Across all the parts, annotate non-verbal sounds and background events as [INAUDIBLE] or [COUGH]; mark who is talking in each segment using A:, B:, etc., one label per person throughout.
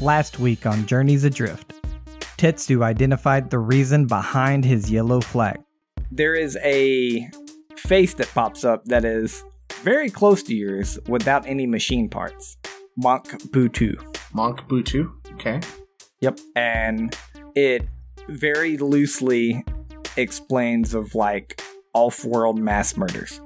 A: Last week on Journeys Adrift, Tetsu identified the reason behind his yellow flag.
B: there is a face that pops up that is very close to yours without any machine parts. Monk Butu.
C: Monk Butu. Okay.
B: Yep. And it very loosely explains of like off-world mass murders.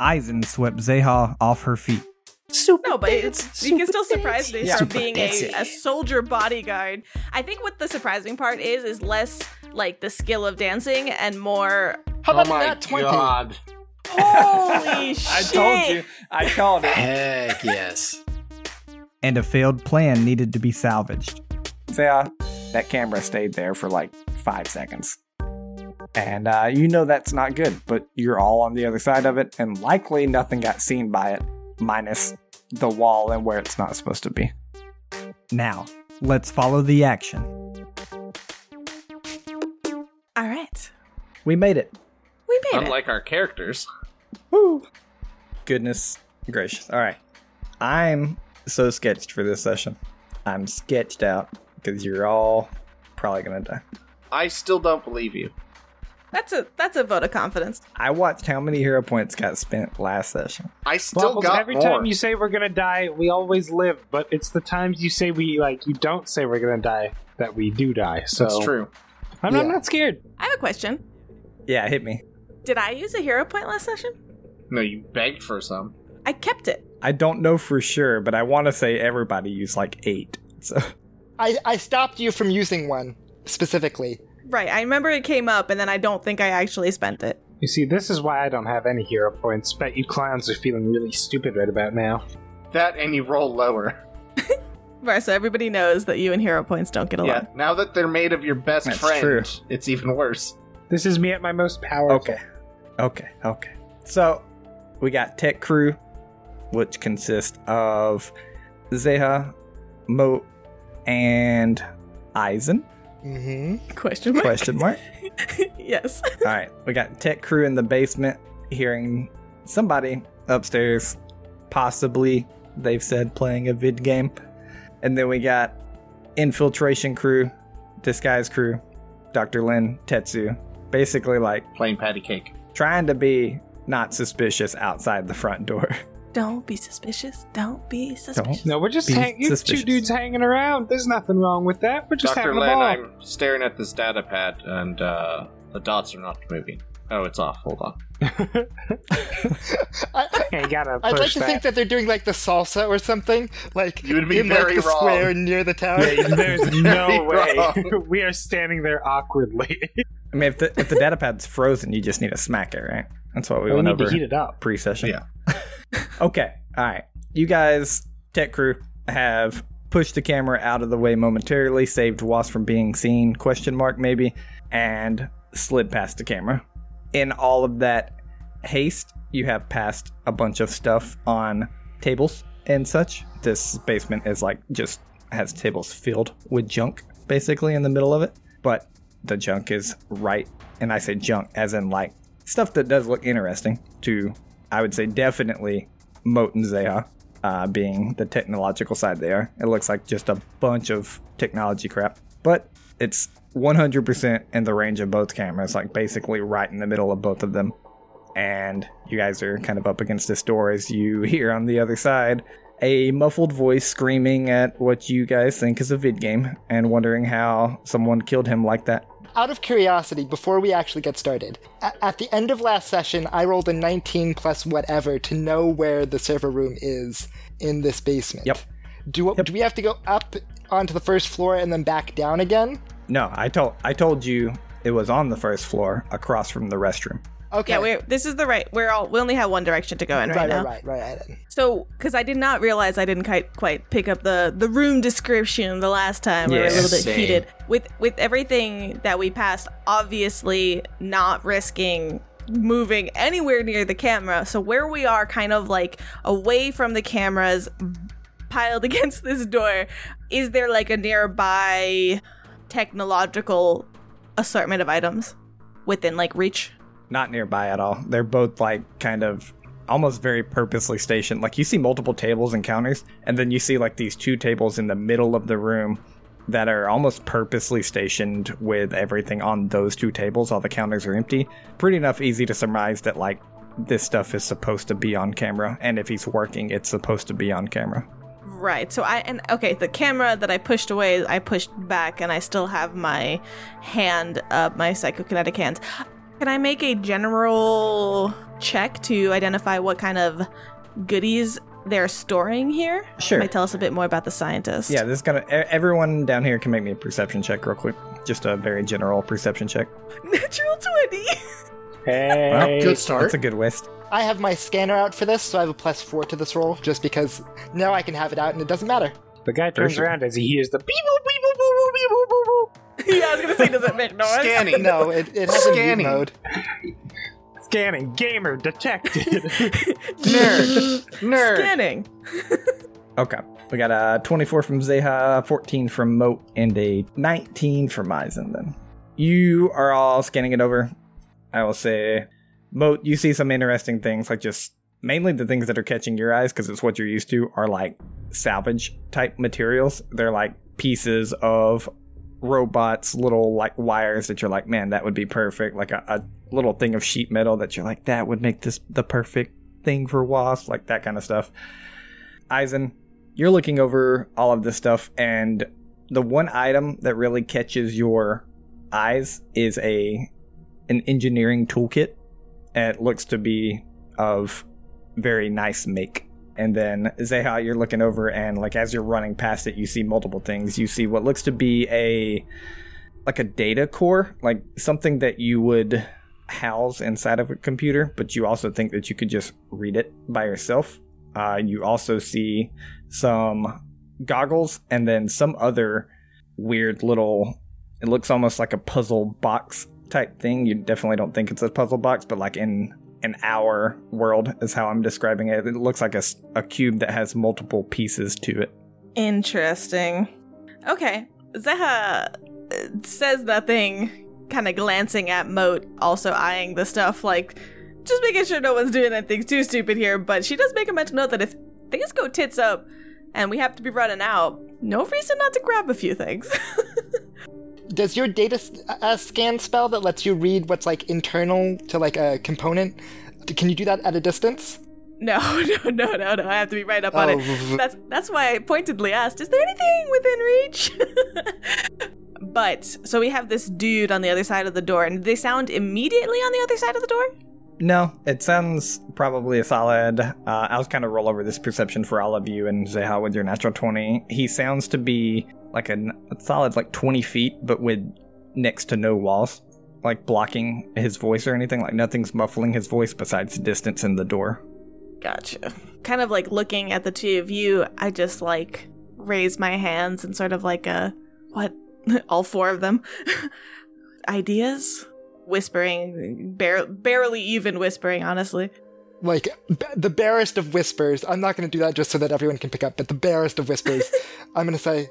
A: Aizen swept Zeha off her feet.
D: Super
E: No, but it's, you can still surprise
D: me.
E: me from
C: Super
E: being a,
C: fancy.
E: a soldier bodyguard. I think what the surprising part is is less like the skill of dancing and more
D: How about
C: oh my
D: that 20?
C: god.
E: [LAUGHS] [LAUGHS] holy shit.
B: [LAUGHS] I told you. I called it.
D: Heck yes.
A: and a failed plan needed to be salvaged.
B: So yeah, that camera stayed there for like five seconds. And uh, you know that's not good, but you're all on the other side of it, and likely nothing got seen by it, minus the wall and where it's not supposed to be.
A: Now, let's follow the action.
E: All right.
A: We made it.
E: We made
C: [LAUGHS]
E: it.
C: Unlike our characters.
B: Woo! Goodness gracious. All right. I'm so sketched for this session. I'm sketched out because you're all probably going to die.
C: I still don't believe you.
E: That's a that's a vote of confidence.
B: I watched how many hero points got spent last session.
C: I still
F: Buckles,
C: got
F: every
C: more.
F: time you say we're gonna die, we always live. But it's the times you say we like you don't say we're gonna die that we do die. So
C: That's true.
F: I'm, I'm
B: Yeah.
F: not scared.
E: I have a question.
B: Yeah, hit me.
E: Did I use a hero point last session?
C: No, you begged for some.
E: I kept it.
B: I don't know for sure, but I want to say everybody used like eight. So
G: I, I stopped you from using one specifically.
E: Right. I remember it came up and then I don't think I actually spent it.
F: You see, this is why I don't have any hero points. Bet you clowns are feeling really stupid right about now.
C: That and you roll
F: [LAUGHS]
C: lower.
E: Right, so everybody knows that you and hero points don't get along.
C: Yeah. Now that they're made of your best
B: That's
C: friend,
B: true.
C: it's even worse.
F: This is me at my most powerful.
B: Okay. Okay, okay. So we got tech crew, which consists of Zeha, Moat, and Aizen?
G: Mm-hmm.
E: Question mark.
B: Question mark.
E: [LAUGHS] yes.
B: All right, we got tech crew in the basement hearing somebody upstairs, possibly they've said playing a vid game, and then we got infiltration crew, disguise crew, Dr. Lin, Tetsu, basically like
C: Plain patty cake.
B: trying to be not suspicious outside the front door. [LAUGHS]
E: Don't be suspicious. Don't be suspicious.
F: No, we're just
B: Be
F: hang- you two
B: suspicious.
F: dudes hanging around. There's nothing wrong with that. We're just
C: Dr.
F: having
C: Lin,
F: a ball.
C: I'm staring at this data pad and uh, the dots are not moving. Oh, it's off. Hold on.
G: I, I,
F: Hey, you gotta
G: I'd like
F: push
G: to
F: that.
G: think that they're doing like the salsa or something. Like
C: You would be
G: in,
C: very
G: like, the
C: wrong.
G: square near
C: [LAUGHS]
G: the tower.
F: There's no way. [LAUGHS]
C: wrong.
F: we are standing there awkwardly.
B: I mean, if the if the data pad's frozen, you just need to smack it, right? That's what we,
F: [LAUGHS] We,
B: went
F: need to
B: over
F: heat it up.
B: pre-session.
C: Yeah.
B: [LAUGHS] okay. All right. You guys, tech crew, have pushed the camera out of the way momentarily, saved Wasp from being seen? Question mark maybe, and slid past the camera. In all of that haste, you have passed a bunch of stuff on tables and such. This basement is like just has tables filled with junk, basically in the middle of it. But the junk is right, and I say junk as in like stuff that does look interesting to I would say definitely Moat and Zeha, uh, being the technological side they are. It looks like just a bunch of technology crap, but it's 100% in the range of both cameras, like basically right in the middle of both of them. And you guys are kind of up against this door as you [LAUGHS] hear on the other side a muffled voice screaming at what you guys think is a vid game and wondering how someone killed him like that.
G: Out of curiosity, before we actually get started, a- at the end of last session, I rolled a 19 plus whatever to know where the server room is in this basement.
B: Yep.
G: Do do we have to go up onto the first floor and then back down again?
B: No, I told I told you it was on the first floor across from the restroom.
G: Okay.
E: Yeah, we're, this is the right. We're all. We only have one direction to go in right,
G: right,
E: now.
G: right, right, right, right.
E: So, because I did not realize I didn't quite quite pick up the the room description the last time. we were a
B: Yeah,
E: little bit
D: same.
E: heated with with everything that we passed. Obviously, not risking moving anywhere near the camera. So where we are, kind of like away from the cameras, piled [LAUGHS] against this door. Is there like a nearby technological assortment of items within like reach?
B: not nearby at all. They're both like kind of almost very purposely stationed. Like you see multiple tables and counters, and then you see like these two tables in the middle of the room that are almost purposely stationed with everything on those two tables. All the counters are empty. Pretty enough easy to surmise that like this stuff is supposed to be on camera, and if he's working, it's supposed to be on camera.
E: Right. So I and okay, the camera that I pushed away, I pushed back, and I still have my hand up, my psychokinetic hands. Can I make a general check to identify what kind of goodies they're storing here?
B: Sure.
E: Might tell us a bit more about the scientist.
B: Yeah, this is gonna. e- Everyone down here can make me a perception check real quick. Just a very general perception check.
E: [LAUGHS] Natural twenty.
F: Hey,
D: Good start.
B: That's a good whist.
G: I have my scanner out for this, so I have a plus four to this roll, just because now I can have it out and it doesn't matter.
F: the guy turns
B: Sure.
F: around as he hears the beep boop, beep boop, boop, boop, beep boop, boop, boop.
E: yeah, I was gonna say, does it make noise?
F: [LAUGHS]
D: Scanning.
G: No, it, it has a mute
D: Scanning.
G: mode.
F: Scanning, gamer [LAUGHS] detected.
D: Nerd.
E: [LAUGHS]
D: Nerd.
E: Scanning.
B: Okay. We got a 24 from Zeha, 14 from Moat, and a 19 from Aizen then. You are all scanning it over. I will say, Moat, you see some interesting things, like just mainly the things that are catching your eyes, because it's what you're used to, are like salvage type materials. They're like pieces of robots, little like wires that you're like, man, that would be perfect. Like a, a little thing of sheet metal that you're like, that would make this the perfect thing for Wasp, like that kind of stuff. Aizen, you're looking over all of this stuff, and the one item that really catches your eyes is a an engineering toolkit, and it looks to be of very nice make. And then Zeha, you're looking over, and like as you're running past it, you see multiple things. You see what looks to be a like a data core, like something that you would house inside of a computer, but you also think that you could just read it by yourself. Uh, you also see some goggles and then some other weird little it looks almost like a puzzle box type thing you definitely don't think it's a puzzle box but like in an hour world is how i'm describing it it looks like a, s- a cube that has multiple pieces to it
E: Interesting. Okay. Zeha uh, says nothing, kind of glancing at Moat, also eyeing the stuff, like just making sure no one's doing anything too stupid here. But she does make a mental note that if things go tits up and we have to be running out, no reason not to grab a few things. [LAUGHS]
G: Does your data s- uh, scan spell that lets you read what's like internal to like a component? d- Can you do that at a distance?
E: no, [LAUGHS] no, no, no, no. I have to be right up on
G: Oh,
E: it. That's that's why I pointedly asked, is there anything within reach? [LAUGHS] but so we have this dude on the other side of the door, and they sound immediately on the other side of the door?
B: no it sounds probably a solid uh, i was kind of roll over this perception for all of you and say how with your natural 20 he sounds to be like a, n- a solid like 20 feet but with next to no walls like blocking his voice or anything like nothing's muffling his voice besides distance and the door
E: Gotcha. Kind of like looking at the two of you, I just like raise my hands and sort of like a what? [LAUGHS] All four of them. [LAUGHS] Ideas? Whispering, bar- barely even whispering, honestly.
G: like b- the barest of whispers. I'm not going to do that just so that everyone can pick up, but the barest of whispers. I'm going to say,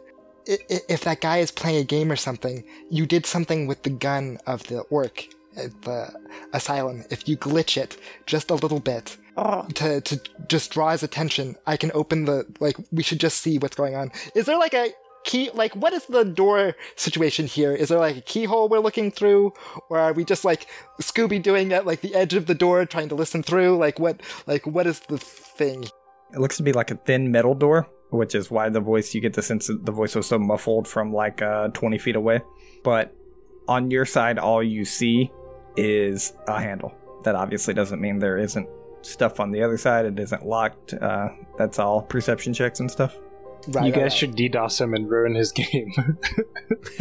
G: I- I- if that guy is playing a game or something, you did something with the gun of the orc at the asylum. If you glitch it just a little bit to to just draw his attention, I can open the like. We should just see what's going on. Is there like a key? Like, what is the door situation here? Is there like a keyhole we're looking through, or are we just like Scooby doing at like the edge of the door, trying to listen through? Like, what like what is the thing?
B: It looks to be like a thin metal door, which is why the voice you get the sense that the voice was so muffled from like uh, 20 feet away. But on your side, all you see is a handle. That obviously doesn't mean there isn't stuff on the other side. It isn't locked. Uh, that's all perception checks and stuff.
G: Right,
F: you
G: right,
F: guys
G: right.
F: should DDoS him and ruin his game. [LAUGHS]
D: [LAUGHS]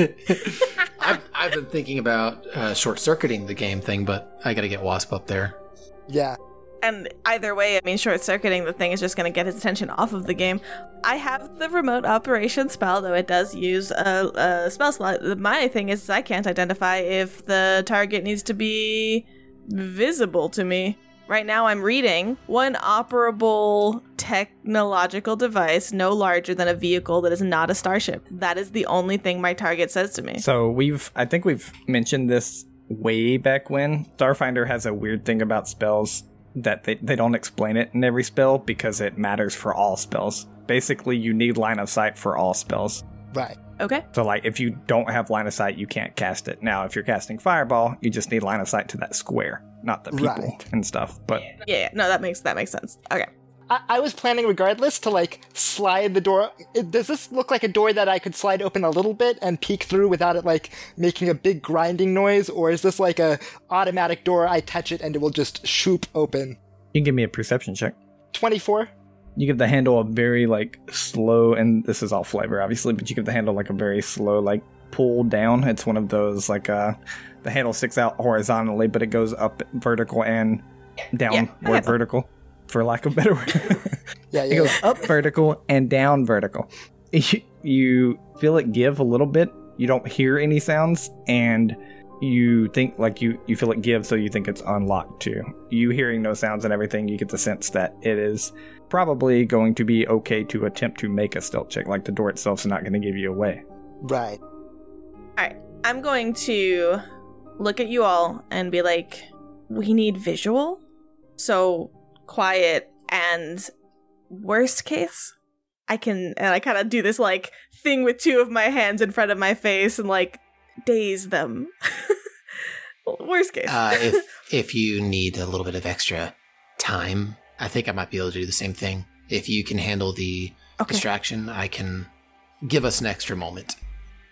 D: I've, I've been thinking about uh, short circuiting the game thing, but I gotta get Wasp up there.
G: Yeah,
E: And either way, I mean, short circuiting the thing is just going to get his attention off of the game. I have the remote operation spell, though it does use a, a spell slot. My thing is, I can't identify if the target needs to be visible to me. Right now, I'm reading one operable technological device no larger than a vehicle that is not a starship. That is the only thing my target says to me.
B: So we've, I think we've mentioned this way back when. Starfinder has a weird thing about spells that they, they don't explain it in every spell because it matters for all spells. Basically, you need line of sight for all spells.
G: Right.
E: Okay.
B: So, like, if you don't have line of sight, you can't cast it. Now, if you're casting Fireball, you just need line of sight to that square, not the people
G: Right.
B: and stuff. But
E: Yeah, yeah. No, that makes that makes sense. Okay.
G: I, I was planning, regardless, to like slide the door. It, does this look like a door that I could slide open a little bit and peek through without it like making a big grinding noise, or is this like a automatic door? I touch it and it will just shoop open.
B: you can give me a perception check.
G: Twenty-four.
B: You give the handle a very, like, slow, and this is all flavor, obviously, but you give the handle, like, a very slow, like, pull down. It's one of those, like, uh, the handle sticks out horizontally, but it goes up vertical and downward
E: I have-
B: vertical, for lack of a better word. [LAUGHS]
G: Yeah,
B: It
G: yeah.
B: goes up vertical and down vertical. [LAUGHS] You, you feel it give a little bit. You don't hear any sounds, and you think like you you feel it give, so you think it's unlocked too. You hearing no sounds and everything, you get the sense that it is probably going to be okay to attempt to make a stealth check. Like the door itself's not going to give you away.
G: Right.
E: I'm going to look at you all and be like, we need visual. So quiet and worst case, I can and I kind of do this like thing with two of my hands in front of my face and like daze them. [LAUGHS] worst case.
D: Uh,
E: [LAUGHS]
D: if if you need a little bit of extra time, I think I might be able to do the same thing. If you can handle the
E: okay.
D: distraction, I can give us an extra moment.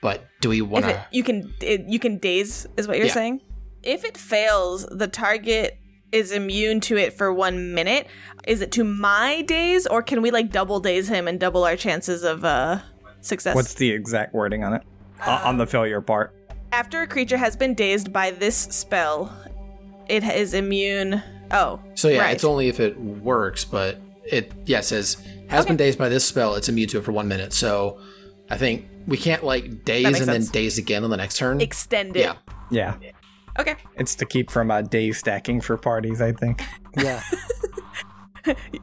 D: But do we want
E: If it,
D: to?
E: you can it, you can daze is what you're
D: Yeah.
E: saying. If it fails, the target is immune to it for one minute. Is it to my daze, or can we like double daze him and double our chances of uh success?
B: What's the exact wording on it? O- on the failure part.
E: After a creature has been dazed by this spell, it is immune. Oh,
D: So yeah,
E: right.
D: it's only if it works. But it yeah it says has been dazed by this spell. It's immune to it for one minute. So I think we can't like daze and
E: makes
D: then
E: sense.
D: daze again on the next turn.
E: extended.
D: yeah,
B: Yeah,
E: Okay.
B: it's to keep from uh, day stacking for parties. I think
G: Yeah.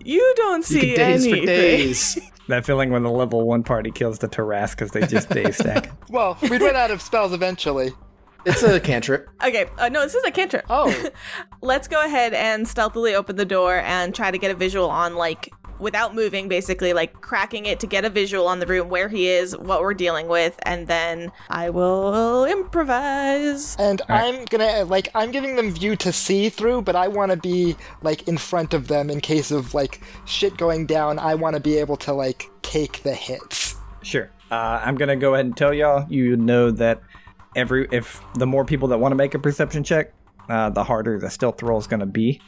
E: You don't
D: you
E: see
D: can daze
E: anything.
D: for days.
B: that feeling when the level one party kills the Taras because they just day stack.
G: [LAUGHS] well, we'd run out of spells eventually.
D: it's a cantrip.
E: Okay. Uh, no, this is a cantrip.
G: Oh,
E: Let's go ahead and stealthily open the door and try to get a visual on like without moving basically like cracking it to get a visual on the room where he is, what we're dealing with, and then I will improvise.
G: and I'm gonna like I'm giving them view to see through, but I want to be like in front of them in case of like shit going down. I want to be able to like take the hits.
B: Sure. Uh, I'm gonna go ahead and tell y'all. You know that every if the more people that want to make a perception check, uh, the harder the stealth roll is gonna be,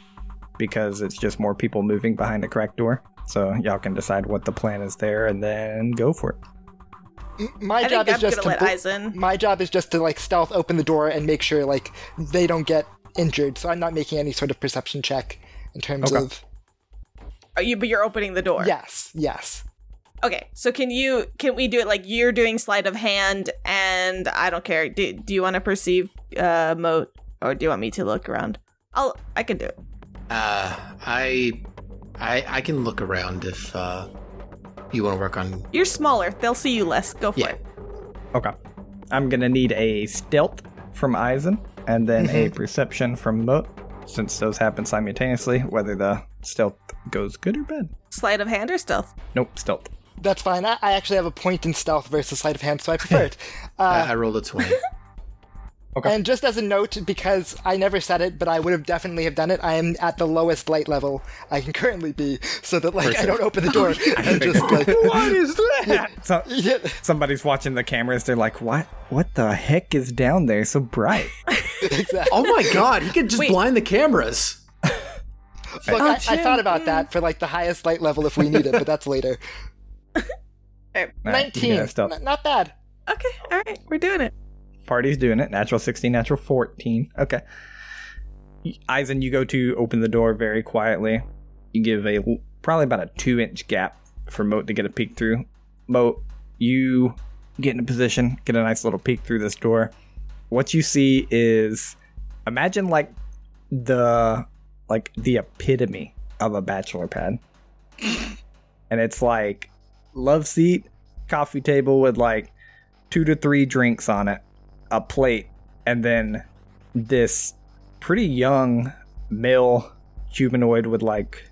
B: because it's just more people moving behind a cracked door. So y'all can decide what the plan is there and then go for it.
G: M- My
E: I
G: job
E: think
G: is
E: I'm
G: just
E: gonna
G: to
E: let
G: bl-
E: Aizen.
G: my job is just to like stealth open the door and make sure like they don't get injured. So I'm not making any sort of perception check in terms
B: Okay.
G: of
E: Are Oh, you but you're opening the door.
G: yes, yes.
E: Okay. So can you can we do it like you're doing sleight of hand and I don't care. Do, do you want to perceive uh moat or do you want me to look around? I'll I can do it.
D: Uh, I, I, I can look around if uh, you want to work on.
E: You're smaller. They'll see you less. Go for
D: Yeah.
E: it.
B: Okay. I'm gonna need a stealth from Eisen and then a perception from Moat, since those happen simultaneously. Whether the stealth goes good or bad.
E: Sleight of hand or stealth?
B: Nope, stealth.
G: That's fine. I, I actually have a point in stealth versus sleight of hand, so I prefer it. Uh,
D: I, I rolled a twenty.
G: And just as a note, because I never said it, but I would have definitely have done it. I am at the lowest light level I can currently be, so that like I don't open the door and just like what is that?
B: [LAUGHS] So
G: [LAUGHS] Yeah,
B: somebody's watching the cameras. They're like, "What? What the heck is down there? So bright."
G: exactly.
D: oh my god, he could just
E: Wait.
D: blind the cameras.
G: Look, I, I
E: Jim,
G: thought about that for like the highest light level if we need it, but
B: [LAUGHS]
G: that's later.
B: All right, you can
G: Nineteen,
B: have stealth.
G: N- not bad.
E: Okay, all right, we're doing it.
B: Party's doing it. Natural 16, natural 14. Okay. Eisen, you go to open the door very quietly. You give a probably about a two inch gap for Moat to get a peek through. Moat, you get in a position, get a nice little peek through this door. What you see is imagine like the like the epitome of a bachelor pad. and it's like love seat, coffee table with like two to three drinks on it, a plate, and then this pretty young male humanoid with like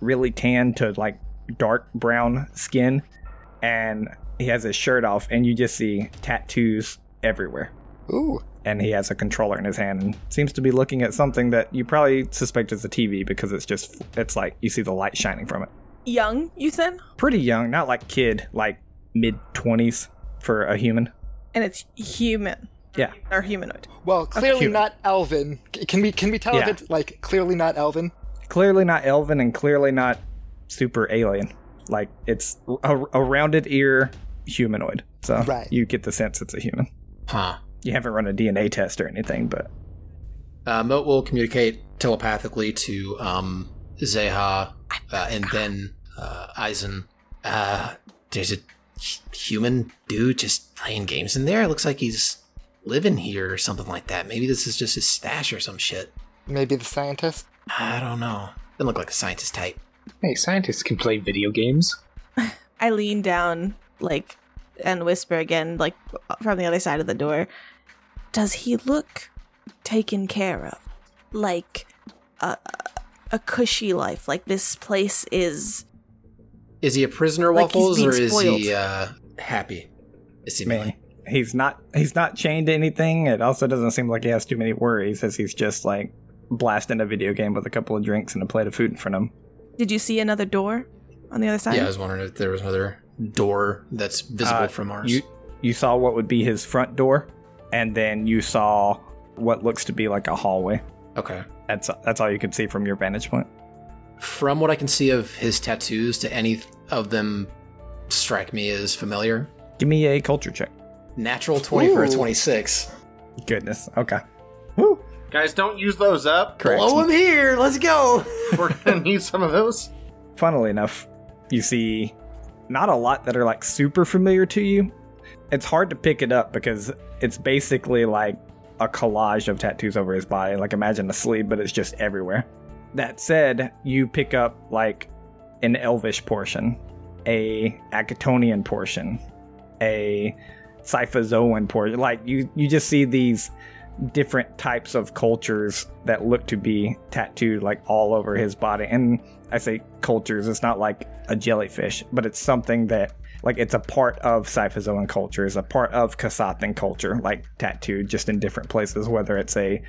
B: really tan to like dark brown skin, and he has his shirt off, and you just see tattoos everywhere.
G: Ooh.
B: And he has a controller in his hand and seems to be looking at something that you probably suspect is a TV because it's just it's like you see the light shining from it.
E: Young, you said?
B: Pretty young, not like kid, like mid twenties for a human.
E: And it's human.
B: Yeah.
E: Or humanoid.
G: Well, clearly
B: cute.
G: not Elvin. C- Can we can we tell
B: Yeah.
G: if it's like clearly not Elvin?
B: clearly not elven and clearly not super alien. Like it's a, a rounded ear humanoid. So
G: Right.
B: you get the sense it's a human.
D: Huh.
B: You haven't run a DNA test or anything, but
D: Uh, Moat will communicate telepathically to um, Zeha uh, and then uh, Aizen. Uh, there's a h- human dude just playing games in there. It looks like he's living here or something like that. Maybe this is just his stash or some shit.
G: Maybe the [LAUGHS] scientist.
D: I don't know. Doesn't look like a scientist type.
F: Hey, scientists can play video games.
E: I lean down, like, and whisper again, like, from the other side of the door. Does he look taken care of? Like a, a cushy life? Like this place is.
D: Is he a prisoner,
E: Like he's
D: Waffles,
E: being
D: or is
E: spoiled.
D: he uh, happy? Is he
B: man, he's not he's not chained to anything. It also doesn't seem like he has too many worries as he's just like blasting a video game with a couple of drinks and a plate of food in front of him.
E: Did you see another door on the other side?
D: Yeah, I was wondering if there was another door that's visible
B: Uh,
D: from ours.
B: You you saw what would be his front door, and then you saw what looks to be like a hallway.
D: Okay.
B: That's that's all you could see from your vantage point.
D: From what I can see of his tattoos, do any of them strike me as familiar?
B: Give me a culture check.
D: Natural 20 for a
G: Ooh.
D: 26.
B: Goodness. Okay. Woo.
C: Guys, don't use those up.
B: Correct.
D: Blow him here! Let's go!
C: [LAUGHS] We're gonna need some of those.
B: Funnily enough, you see not a lot that are like super familiar to you. It's hard to pick it up because it's basically like a collage of tattoos over his body. Like imagine a sleeve, but it's just everywhere. That said, you pick up like an elvish portion, a Akatonian portion, a Cyphozoan portion. Like you, you just see these different types of cultures that look to be tattooed like all over his body. And I say cultures, it's not like a jellyfish, but it's something that like it's a part of Cyphozoan culture, it's a part of Kasathan culture, like tattooed just in different places, whether it's a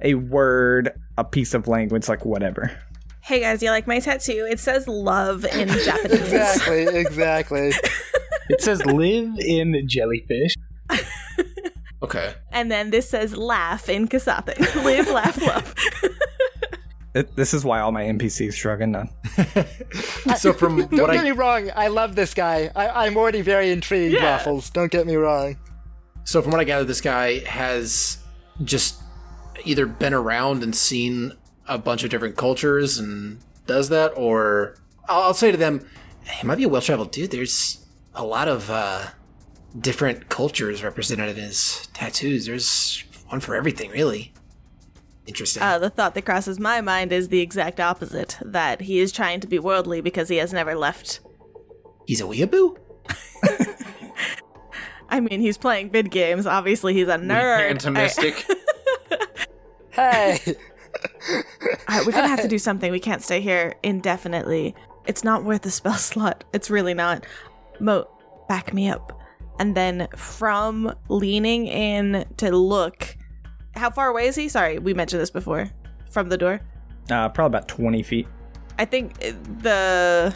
B: a word, a piece of language, like whatever.
E: Hey guys, you like my tattoo? It says love in Japanese.
G: [LAUGHS] Exactly, exactly.
F: It [LAUGHS] says live in jellyfish.
D: Okay.
E: and then this says laugh in Kasathan. [LAUGHS] Live, laugh, love.
B: It, this is why all my NPCs shrug and none.
D: So from
G: Don't
D: what
G: get
D: I
G: me wrong, I love this guy. I, I'm already very intrigued,
E: Yeah.
G: Waffles. Don't get me wrong.
D: so from what I gather, this guy has just either been around and seen a bunch of different cultures and does that, or I'll, I'll say to them, "Hey, might be a well-traveled dude. There's a lot of uh, different cultures represented in his tattoos. There's one for everything, really. Interesting.
E: Uh, the thought that crosses my mind is the exact opposite that he is trying to be worldly because he has never left.
D: He's a weeaboo.
E: I mean, he's playing vid games. Obviously, he's a
C: [LAUGHS]
E: nerd. [LAUGHS]
C: Antimistic.
G: Hey,
E: All right, we're going to have to do something. We can't stay here indefinitely. It's not worth the spell [LAUGHS] slot. It's really not. Mo, back me up. And then from leaning in to look, how far away is he? Sorry, we mentioned this before. From the door?
B: Uh, probably about 20 feet.
E: I think uh, the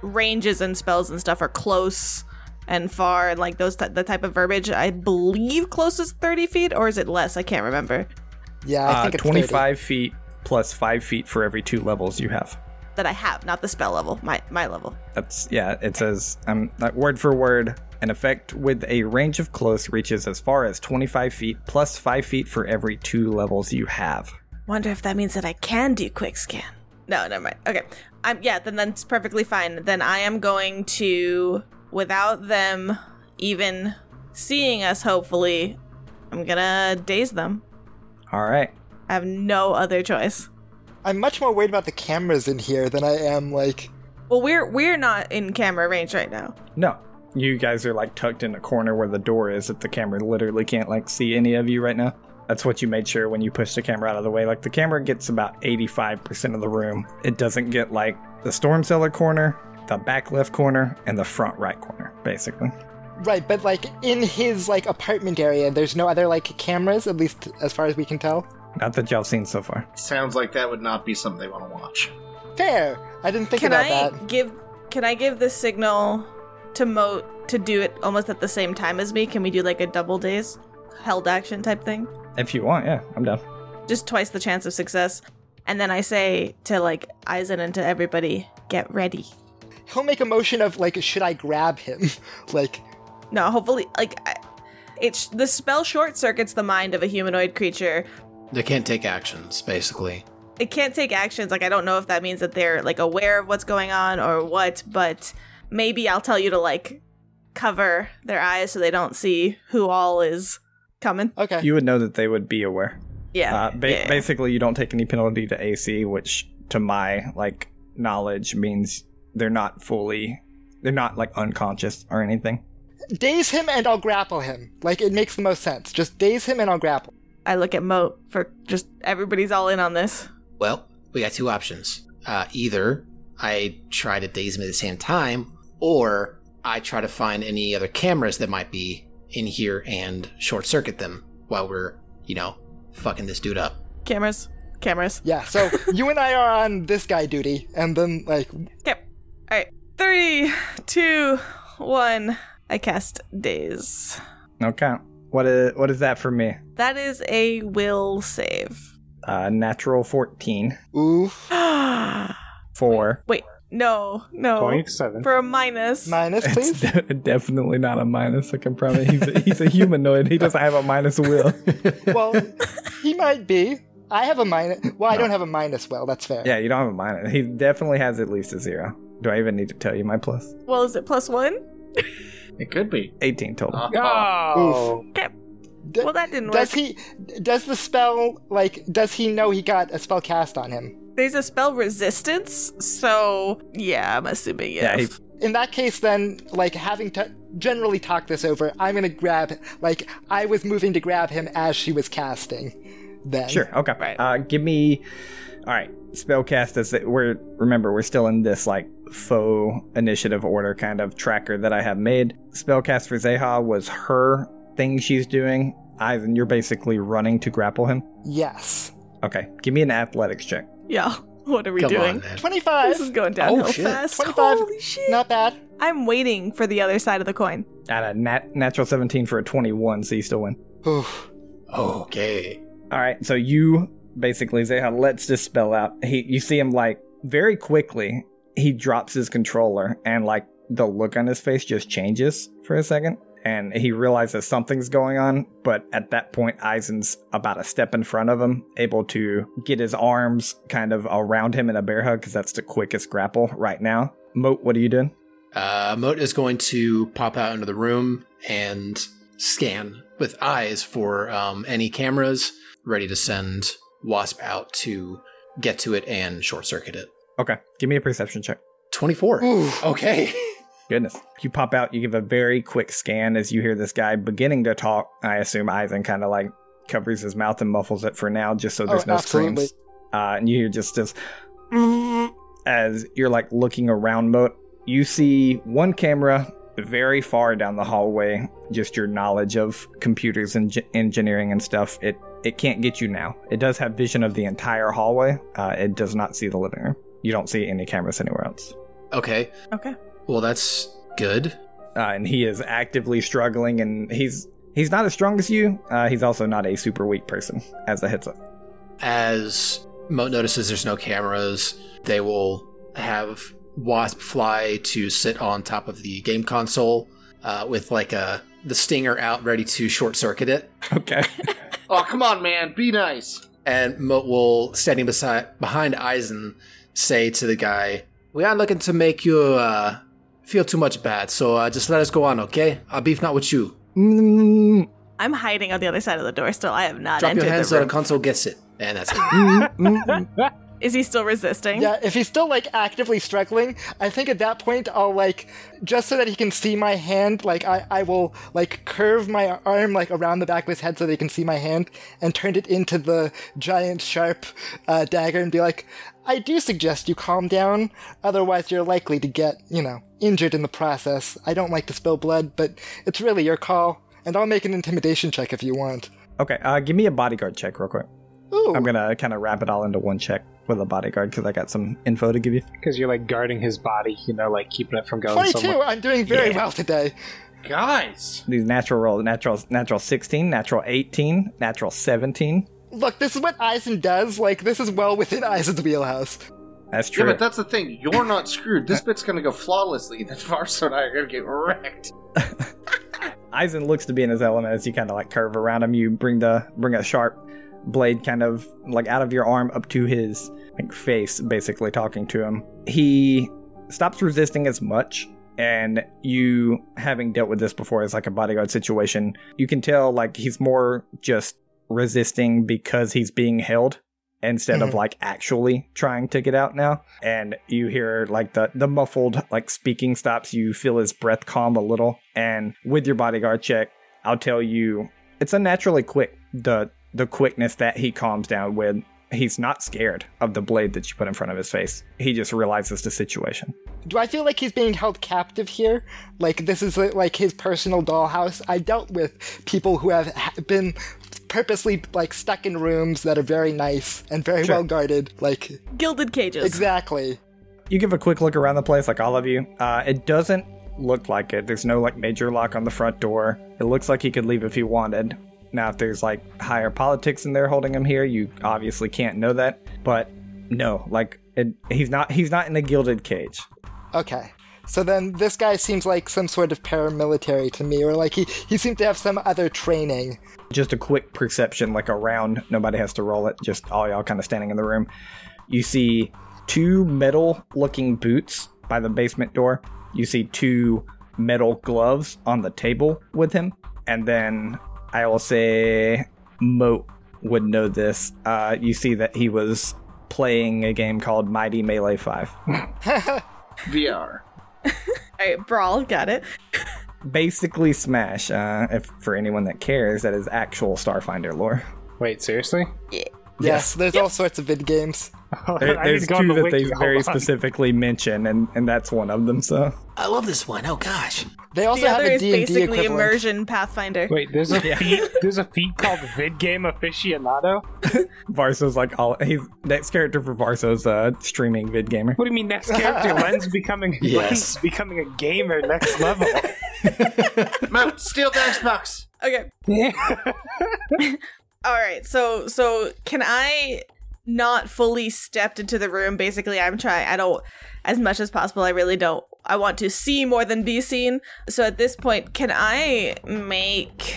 E: ranges and spells and stuff are close and far and like those t- the type of verbiage I believe close is 30 feet or is it less I can't remember
G: [LAUGHS] yeah, I
B: uh,
G: think it's
B: 25
G: 30.
B: feet plus 5 feet for every two levels you have.
E: that I have not the spell level my my level
B: That's yeah. It says um, like word for word. An effect with a range of close reaches as far as 25 feet, plus 5 feet for every two levels you have.
E: wonder if that means that I can do quick scan no never mind okay I'm yeah then that's perfectly fine then I am going to without them even seeing us hopefully I'm gonna daze them
B: All right.
E: I have no other choice
G: I'm much more worried about the cameras in here than I am like.
E: well we're we're not in camera range right now
B: No, you guys are like tucked in a corner where the door is that the camera literally can't like see any of you right now. That's what you made sure when you pushed the camera out of the way. Like the camera gets about 85% of the room. It doesn't get like the storm cellar corner, the back left corner, and the front right corner, basically.
G: Right, but like in his like apartment area, there's no other like cameras, at least as far as we can tell.
B: Not that y'all seen so far.
C: Sounds like that would not be something they want to watch.
G: Fair. I didn't think
E: can
G: about
E: I
G: that.
E: give can I give this signal to Moat to do it almost at the same time as me? Can we do like a double days held action type thing?
B: If you want, yeah, I'm down.
E: Just twice the chance of success. And then I say to like Aizen and to everybody, get ready.
G: He'll make a motion of like, should I grab him? [LAUGHS] like,
E: No, hopefully like I, it's the spell short circuits the mind of a humanoid creature.
D: They can't take actions, basically.
E: It can't take actions. Like I don't know if that means that they're like aware of what's going on or what, but maybe I'll tell you to like cover their eyes so they don't see who all is coming.
G: okay.
B: You would know that they would be aware.
E: Yeah.
B: Uh, ba-
E: yeah.
B: Basically, you don't take any penalty to AC, which to my like knowledge means they're not fully, they're not like unconscious or anything.
G: daze him and I'll grapple him. Like, it makes the most sense. Just daze him and I'll grapple.
E: I look at Moat for just everybody's all in on this.
D: Well, we got two options. Uh, either I try to daze him at the same time, or I try to find any other cameras that might be in here and short circuit them while we're, you know, fucking this dude up.
E: Cameras, cameras. [LAUGHS]
G: Yeah, so you and I are on this guy duty, and then, like,
E: Three, two, one. I cast Daze.
B: No count. What is what is that for me?
E: That is a will save. [GASPS]
B: Uh, natural fourteen
G: ooh,
E: no,
B: for
E: no.
F: Point seven.
E: For a minus.
G: minus,
B: It's
G: please?
B: de- [LAUGHS] definitely not a minus. I can promise. He's a, he's a humanoid. He doesn't have a minus will.
G: well, he might be. I have a minus. Well, I don't have a minus well, that's fair.
B: Yeah, you don't have a minus. He definitely has at least a zero. Do I even need to tell you my plus?
E: well, is it plus one?
C: It could be. Uh-huh.
B: 18
G: Oh,
B: total.
F: Oh,
G: D-
E: well, that didn't work.
G: does he. Does the spell. Like, does he know he got a spell cast on him?
E: There's a spell resistance, so yeah, I'm assuming
B: Yeah,
E: yes.
B: he-
G: In that case, then, like, having to generally talk this over, I'm gonna grab. Like, I was moving to grab him as she was casting. Then.
B: Sure. Okay.
E: Right.
B: Uh, give me. All right. Spellcast is we're remember we're still in this like faux initiative order kind of tracker that I have made. Spellcast for Zeha was her thing she's doing. Ivan, you're basically running to grapple him.
G: Yes.
B: Okay. Give me an athletics check.
E: yeah. [LAUGHS] What are we
D: Come
E: doing? Oh,
D: on, man.
G: 25.
E: This is going downhill
D: shit.
E: fast.
G: 25.
E: Holy shit.
G: Not bad.
E: I'm waiting for the other side of the coin.
B: At a nat- natural 17 for a 21, so you still win.
G: Oof.
D: Okay.
B: All right, so you basically Zeha lets this spell out. He, you see him like very quickly. He drops his controller, and like the look on his face just changes for a second, and he realizes something's going on. But at that point, Eisen's about a step in front of him, able to get his arms kind of around him in a bear hug because that's the quickest grapple right now. Moat, what are you doing?
D: Uh, Moat is going to pop out into the room and scan with eyes for um, any cameras, ready to send Wasp out to get to it and short circuit it.
B: Okay, give me a perception check.
D: 24.
G: Oof.
D: Okay. [LAUGHS]
B: Goodness. You pop out, you give a very quick scan as you hear this guy beginning to talk. I assume Eisen kind of like covers his mouth and muffles it for now just so there's
G: Oh,
B: no
G: absolutely.
B: screams. Uh, and you hear just this as you're like looking around moat. You see one camera very far down the hallway. Just your knowledge of computers and ge- engineering and stuff. It it can't get you now. It does have vision of the entire hallway. Uh, it does not see the living room. You don't see any cameras anywhere else.
D: Okay.
E: Okay.
D: Well, that's good.
B: uh, and he is actively struggling and he's he's not as strong as you uh, he's also not a super weak person as a heads up
D: As Moat notices there's no cameras, they will have Wasp fly to sit on top of the game console uh, with like a the stinger out, ready to short circuit it.
B: okay
C: Oh, come on, man. Be nice.
D: and Moat will, standing beside behind Eisen, say to the guy, "We aren't looking to make you uh, feel too much bad, so uh, just let us go on, okay? Our beef not with you.
B: Mm,
E: I'm hiding on the other side of the door still. I have not
D: Drop
E: entered
D: your hands
E: the
D: so the
E: room.
D: console gets it, and that's it."
B: mm, mm, mm.
E: Is he still resisting?
G: Yeah, if he's still like actively struggling, I think at that point I'll like just so that he can see my hand, like I, I will like curve my arm like around the back of his head so that he can see my hand and turn it into the giant sharp uh, dagger and be like, I do suggest you calm down, otherwise you're likely to get, you know, injured in the process. I don't like to spill blood, but it's really your call. And I'll make an intimidation check if you want.
B: Okay, uh, give me a bodyguard check real quick.
G: Ooh.
B: I'm gonna kind of wrap it all into one check with a bodyguard because I got some info to give you.
F: Because you're like guarding his body, you know, like keeping it from going
G: 22.
F: somewhere.
G: I'm doing very well today.
D: Guys,
B: These natural rolls: natural, natural 16, natural 18, natural 17.
G: Look, this is what Eisen does. Like, this is well within [LAUGHS] Eisen's wheelhouse.
B: That's
C: Yeah,
B: true.
C: but that's the thing. You're not screwed. This bit's gonna go flawlessly. [LAUGHS] Then Varso and I are gonna get wrecked.
B: Eisen looks to be in his element as you kind of like curve around him. You bring the bring a sharp blade kind of like out of your arm up to his like face, basically talking to him. He stops resisting as much, and you having dealt with this before as like a bodyguard situation, you can tell like he's more just resisting because he's being held instead of
G: Mhm.
B: like actually trying to get out now and you hear like the the muffled like speaking stops you feel his breath calm a little and with your bodyguard check i'll tell you it's unnaturally quick the the quickness that he calms down with he's not scared of the blade that you put in front of his face he just realizes the situation
G: Do I feel like he's being held captive here? Like, this is like his personal dollhouse. I dealt with people who have ha- been purposely like stuck in rooms that are very nice and very
B: Sure.
G: well guarded. Like,
E: Gilded cages.
G: exactly.
B: you give a quick look around the place like all of you uh, it doesn't look like it there's no like major lock on the front door it looks like he could leave if he wanted now if there's like higher politics in there holding him here you obviously can't know that but no like it, he's not he's not in a gilded cage
G: Okay. So then this guy seems like some sort of paramilitary to me, or like he, he seemed to have some other training.
B: just a quick perception like around nobody has to roll it just all y'all kind of standing in the room you see two metal looking boots by the basement door you see two metal gloves on the table with him and then i will say moat would know this uh, you see that he was playing a game called mighty melee 5
C: VR.
E: All right, brawl. Got it.
B: [LAUGHS] basically smash uh, if for anyone that cares that is actual starfinder lore
F: Wait, seriously? [LAUGHS]
G: Yes, there's all sorts of vid games.
B: There,
F: I need
B: there's
F: to go on
B: two
F: the
B: that they
F: wiki, [LAUGHS]
B: very
F: hold on.
B: specifically mention, and, and that's one of them. So
D: I love this one. Oh gosh,
G: They also
E: the
G: have
E: other
G: a
E: is
G: D&D
E: basically
G: equivalent.
E: immersion pathfinder.
F: Wait, there's a feat. There's a feat called vid game aficionado.
B: Varso's like all he's next character for Varso's uh, streaming vid gamer.
F: What do you mean next [LAUGHS] character? Len's becoming
D: Yes.
F: Len's becoming a gamer next level.
C: Mount, steal the Xbox.
E: Okay.
F: [LAUGHS] Yeah.
E: All right. So so can I not fully stepped into the room? Basically, I'm trying. I don't as much as possible. I really don't. I want to see more than be seen. So at this point, can I make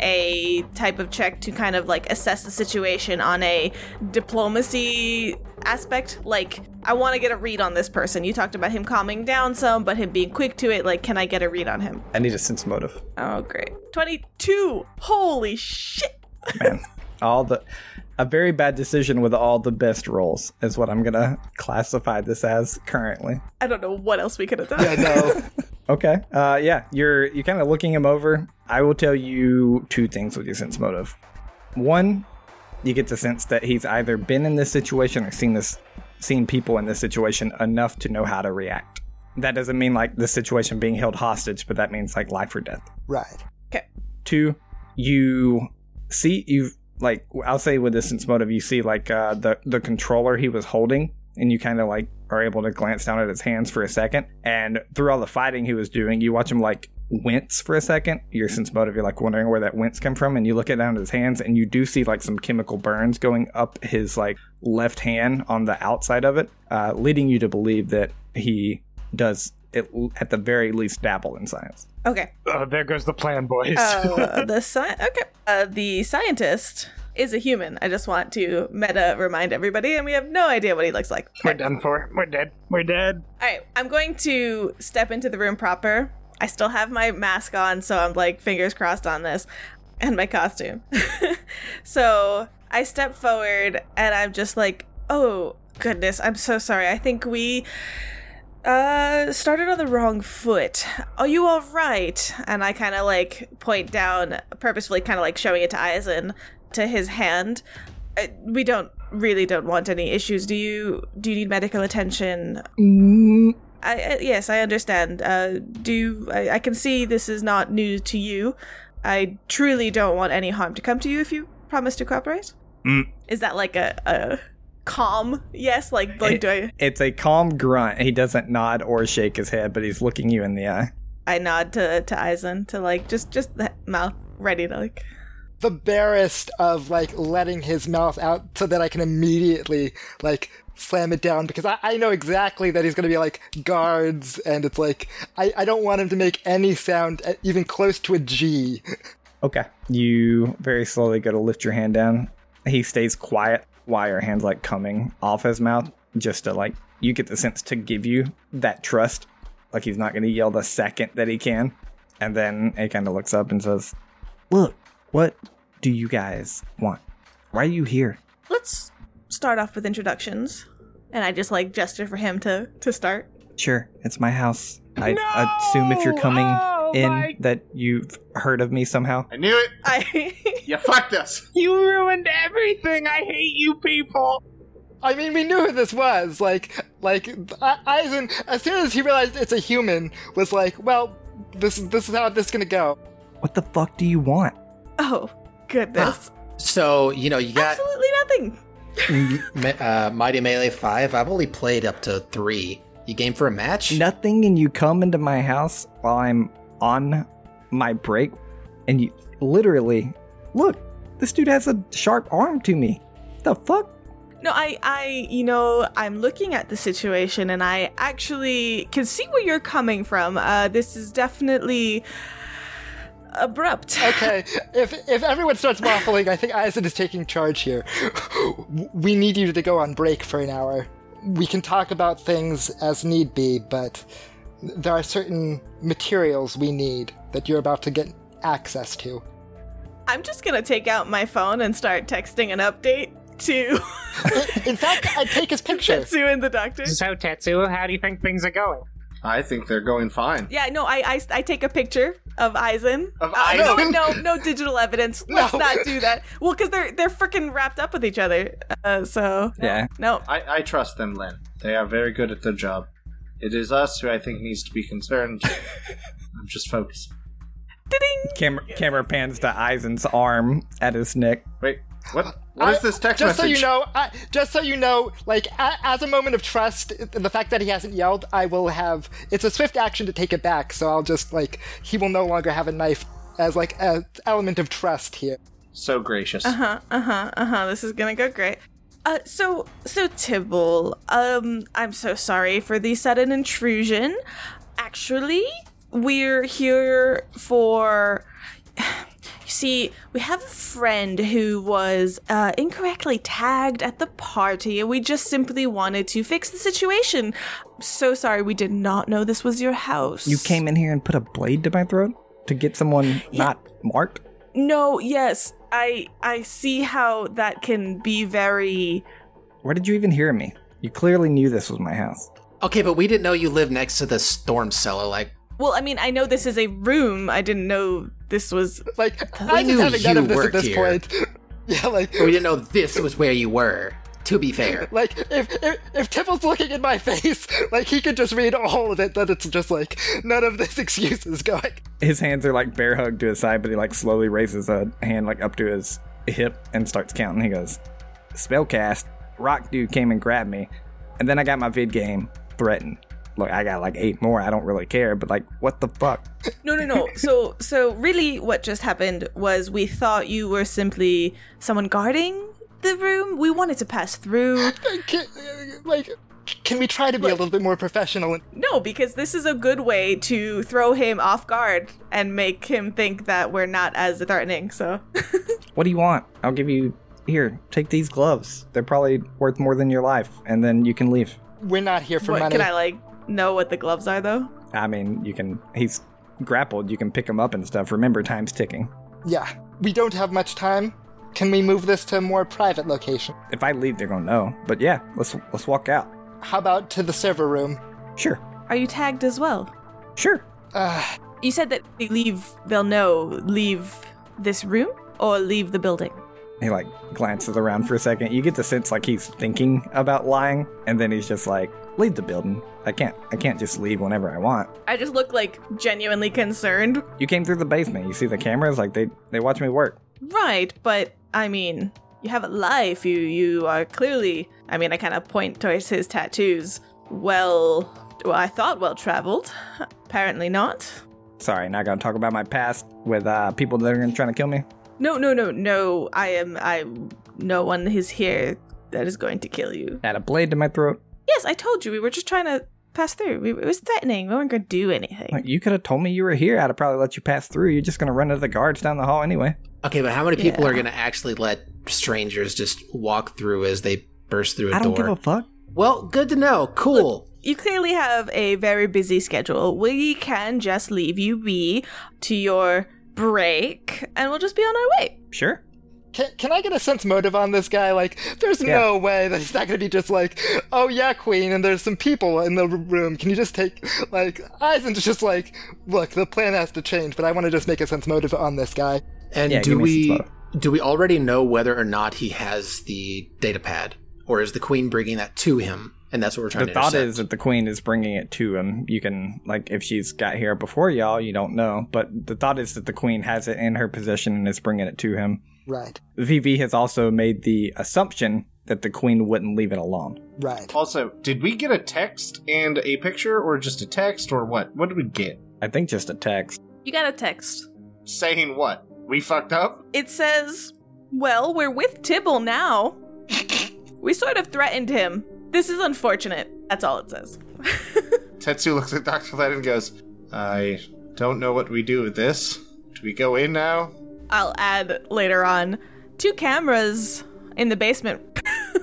E: a type of check to kind of like assess the situation on a diplomacy aspect? Like, I want to get a read on this person. You talked about him calming down some, but him being quick to it. Like, can I get a read on him?
B: I need a sense motive,
E: Oh, great. 22. Holy shit.
B: man. all the a very bad decision with all the best rolls is what I'm gonna classify this as currently.
E: I don't know what else we could have done.
G: Yeah,
E: [LAUGHS]
G: no.
B: Okay, uh, yeah, you're you're kind of looking him over. I will tell you two things with your sense motive. One, you get the sense that he's either been in this situation or seen this seen people in this situation enough to know how to react. That doesn't mean like the situation being held hostage, but that means like life or death.
G: right.
B: Two, you see you like I'll say with this sense motive, you see like uh, the the controller he was holding, and you kind of like are able to glance down at his hands for a second, and through all the fighting he was doing, you watch him like wince for a second. Your sense motive, you're like wondering where that wince come from, and you look at down at his hands, and you do see like some chemical burns going up his like left hand on the outside of it, uh, leading you to believe that he does. It, at the very least, dabble in science.
E: Okay.
F: Oh, there goes the plan, boys.
E: Uh, the sci- okay. Uh, the scientist is a human. I just want to meta remind everybody, and we have no idea what he looks like.
F: [LAUGHS] We're done for. We're dead. We're dead.
E: All right. I'm going to step into the room proper. I still have my mask on, so I'm like fingers crossed on this, and my [LAUGHS] costume. so I step forward, and I'm just like, oh, goodness, I'm so sorry. I think we uh started on the wrong foot. Are you all right? And I kind of like point down purposefully kind of like showing it to Aizen to his hand. Uh, we don't really don't want any issues. Do you do you need medical attention? I, uh, yes, I understand. Uh, do you, I, I can see this is not new to you. I truly don't want any harm to come to you if you promise to cooperate.
B: Mm.
E: Is that like a, a calm yes? Like like do I?
B: It's a calm grunt. He doesn't nod or shake his head, but he's looking you in the eye.
E: I nod to to Aizen to like just just the mouth ready to like.
G: the barest of like letting his mouth out so that I can immediately like slam it down because I, I know exactly that he's gonna be like guards and it's like I, I don't want him to make any sound uh, even close to a G.
B: Okay. You very slowly go to lift your hand down. He stays quiet while your hand's like coming off his mouth, just to like, you get the sense to give you that trust. Like he's not going to yell the second that he can. And then he kind of looks up and says, Look, what do you guys want? Why are you here?
E: Let's start off with introductions, and I just like gesture for him to to start.
B: Sure, it's my house. I assume if you're coming
F: No! Oh
B: in
F: my-
B: that you've heard of me somehow.
C: I knew it.
E: I [LAUGHS]
C: You fucked us.
F: You ruined everything. I hate you people.
G: I mean we knew who this was. Like like I- Eisen as soon as he realized it's a human was like, well, this this is how this is gonna go.
B: What the fuck do you want?
E: oh goodness,
D: So you know you got
E: absolutely nothing.
D: me- uh, Mighty Melee Five. I've only played up to three. You game for a match?
B: nothing and you come into my house while I'm on my break and you literally look, this dude has a sharp arm to me. The fuck?
E: No, I, I, you know, I'm looking at the situation and I actually can see where you're coming from. Uh, this is definitely abrupt.
G: Okay, if if everyone starts waffling, I think Eisen is taking charge here. We need you to go on break for an hour. We can talk about things as need be, but there are certain materials we need that you're about to get access to.
E: I'm just gonna take out my phone and start texting an update to [LAUGHS]
G: I- In fact, I'd take his picture.
E: Tetsu and the doctor.
F: So Tetsuo, how do you think things are going?
C: I think they're going fine.
E: Yeah, no, I, I, I take a picture of Aizen. Uh,
C: Of
E: no,
C: Aizen?
E: no, no
C: [LAUGHS]
E: digital evidence. Let's not do that. Well, because they're they're freaking wrapped up with each other. Uh, so
B: Yeah.
E: no,
C: I, I trust them, Lynn. They are very good at their job. It is us who I think needs to be
G: [LAUGHS]
C: concerned. I'm just focused.
E: ding.
B: Camera camera pans to Eisen's arm at his neck.
C: Wait, what? What is
G: I-
C: this text
G: just
C: message?
G: so you know, I, just so you know, like a, as a moment of trust, the fact that he hasn't yelled, I will have. It's a swift action to take it back, so I'll just like he will no longer have a knife as like an element of trust here.
C: So gracious.
E: Uh-huh, uh-huh, uh-huh. This is gonna go great. Uh so so Tibble, um, I'm so sorry for the sudden intrusion. Actually, we're here for [SIGHS] you see, we have a friend who was uh, incorrectly tagged at the party, and we just simply wanted to fix the situation. So sorry, we did not know this was your house.
B: You came in here and put a blade to my throat to get someone not marked?
E: No, yes, I I see how that can be very
B: Where did you even hear me? You clearly knew this was my house.
D: Okay, but we didn't know you lived next to the storm cellar. Like
E: Well, I mean, I know this is a room. I didn't know this was.
G: Like I
D: knew
G: just having none
D: you
G: of this
D: worked
G: at this
D: here.
G: point. [LAUGHS] yeah, like
D: we didn't know this was where you were. To be fair,
G: like if, if if Tibble's looking in my face, [LAUGHS] like he could just read all of it. That it's just like none of this [LAUGHS] excuses going.
B: His hands are like bear hugged to his side, but he like slowly raises a hand like up to his hip and starts counting. He goes, Spellcast, Rock Dude came and grabbed me, and then I got my vid game threatened. Look, I got like eight more, I don't really care, but like what the fuck?
E: No, no, no. So, so really, what just happened was we thought you were simply someone guarding the room. We wanted to pass through.
G: Can, like, can we try to be a little bit more professional? And
E: No, because this is a good way to throw him off guard and make him think that we're not as threatening. So,
B: What do you want? I'll give you here, take these gloves. They're probably worth more than your life, and then you can leave.
G: we're not here for
E: what,
G: money.
E: can I like know what the gloves are though?
B: I mean, you can he's grappled, you can pick him up and stuff. Remember, time's ticking.
G: Yeah, we don't have much time. Can we move this to a more private location?
B: If I leave, they're gonna know. But yeah, let's let's walk out.
G: How about to the server room?
B: Sure,
E: Are you tagged as well?
B: sure.
G: Uh,
E: You said that they leave, they'll know, leave this room or leave the building.
B: He like glances around for a second. You get the sense like he's thinking about lying, and then he's just like, "Leave the building. I can't. I can't just leave whenever I want."
E: I just look like genuinely concerned.
B: You came through the basement. You see the cameras. Like they they watch me work.
E: Right, but I mean, you have a life. You you are clearly. I mean, I kind of point towards his tattoos. Well, well, I thought well traveled. Apparently not.
B: Sorry, not gonna talk about my past with uh, people that are gonna trying to kill me.
E: No, no, no, no. I am. I. No one is here that is going to kill you.
B: Add a blade to my throat.
E: Yes, I told you. We were just trying to pass through. We, it was threatening. We weren't going to do anything.
B: Like, you could have told me you were here. I'd have probably let you pass through. You're just gonna run into the guards down the hall anyway.
D: Okay, but how many people
E: Yeah.
D: are going to actually let strangers just walk through as they burst through a
B: I don't
D: door?
B: give a fuck.
D: well, good to know. Cool.
E: You clearly have a very busy schedule. We can just leave you be to your break, and we'll just be on our way.
B: Sure.
G: can, can I get a sense motive on this guy? Like, there's
B: Yeah.
G: no way that he's not going to be just like, oh yeah, queen, and there's some people in the r- room. Can you just take, like, Eisen's just like, look, the plan has to change, but I want to just make a sense motive on this guy.
D: And
B: Yeah,
D: do
B: give me some
D: we
B: photo.
D: do we already know whether or not he has the data pad, or is the queen bringing that to him? And that's what we're trying
B: The
D: to
B: thought
D: intercept?
B: is that the queen is bringing it to him. You can like if she's got here before y'all, you don't know. But the thought is that the queen has it in her possession and is bringing it to him.
G: Right,
B: VV has also made the assumption that the queen wouldn't leave it alone.
G: right.
C: Also, did we get a text and a picture, or just a text, or what? What did we get?
B: I think just a text.
E: You got a text.
C: Saying what? We fucked up?
E: It says, Well, we're with Tibble now. we sort of threatened him. This is unfortunate. That's all it says. [LAUGHS]
C: Tetsu looks at Dr. Led and goes, I don't know what we do with this. Do we go in now?
E: I'll add later on two cameras in the basement. [LAUGHS]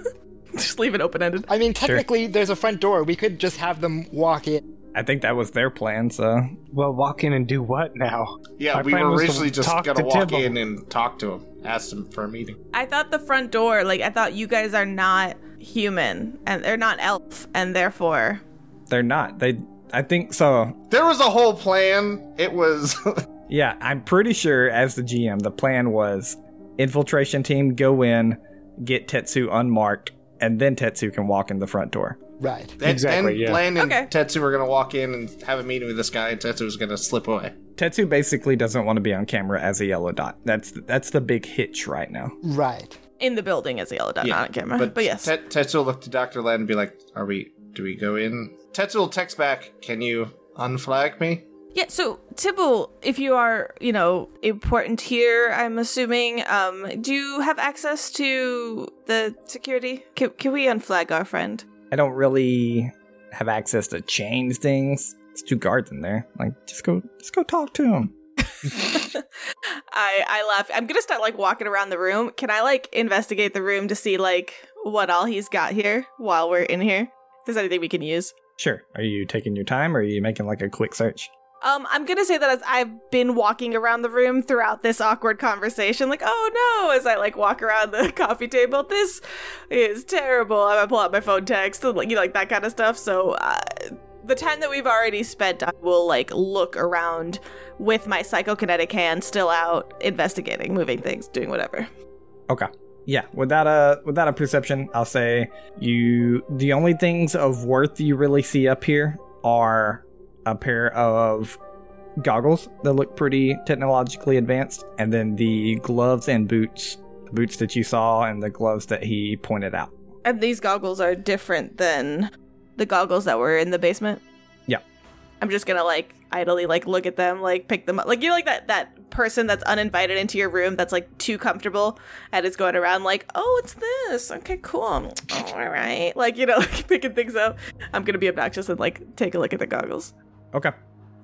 E: Just leave it open ended.
G: I mean, technically, there's a front door. We could just have them walk in.
B: I think that was their plan, so
F: Well, walk in and do what now?
C: Yeah,
F: My
C: we
F: plan
C: were
F: was to
C: originally just
F: talk
C: gonna
F: to
C: walk
F: Tibble.
C: in and talk to him, ask him for a meeting.
E: I thought the front door, like, I thought you guys are not human and they're not elf, and therefore.
B: they're not. They I think so.
C: There was a whole plan. It was [LAUGHS]
B: Yeah, I'm pretty sure as the GM, the plan was infiltration team go in, get Tetsu unmarked, and then Tetsu can walk in the front door.
G: Right.
C: that,
F: Exactly,
C: and
F: yeah.
C: Bland and
E: Okay.
C: Tetsu were gonna walk in and have a meeting with this guy, and Tetsu was gonna slip away.
B: Tetsu basically doesn't want to be on camera as a yellow dot. That's that's the big hitch right now.
G: Right.
E: In the building as a yellow dot,
C: Yeah,
E: not on camera. But, yes.
C: Tet- Tetsu will look to Doctor Led and be like, "Are we? Do we go in?" Tetsu will text back, "Can you unflag me?"
E: Yeah, so Tibble, if you are, you know, important here, I'm assuming, um, do you have access to the security? Can, can we unflag our friend?
B: I don't really have access to change things. It's two guards in there. Like, just go, just go talk to him.
E: I I laugh. I'm gonna start like walking around the room. Can I like investigate the room to see like what all he's got here while we're in here? If there's anything we can use.
B: Sure. Are you taking your time, or are you making like a quick search?
E: Um, I'm gonna say that as I've been walking around the room throughout this awkward conversation, like, oh no, as I like walk around the [LAUGHS] coffee table, this is terrible. I'm gonna pull out my phone text, and, like, you know, like that kind of stuff. So, uh, the time that we've already spent, I will like look around with my psychokinetic hand still out, investigating, moving things, doing whatever.
B: Yeah. Without a without a perception, I'll say you. The only things of worth you really see up here are a pair of goggles that look pretty technologically advanced, and then the gloves and boots, the boots that you saw, and the gloves that he pointed out.
E: And these goggles are different than the goggles that were in the basement.
B: Yeah.
E: I'm just gonna like idly like look at them, like pick them up. Like you know, like that that person that's uninvited into your room that's like too comfortable and is going around like, oh, it's this. Okay, cool. Oh, all right. Like you know, [LAUGHS] like picking things up. I'm gonna be obnoxious and like take a look at the goggles.
B: Okay.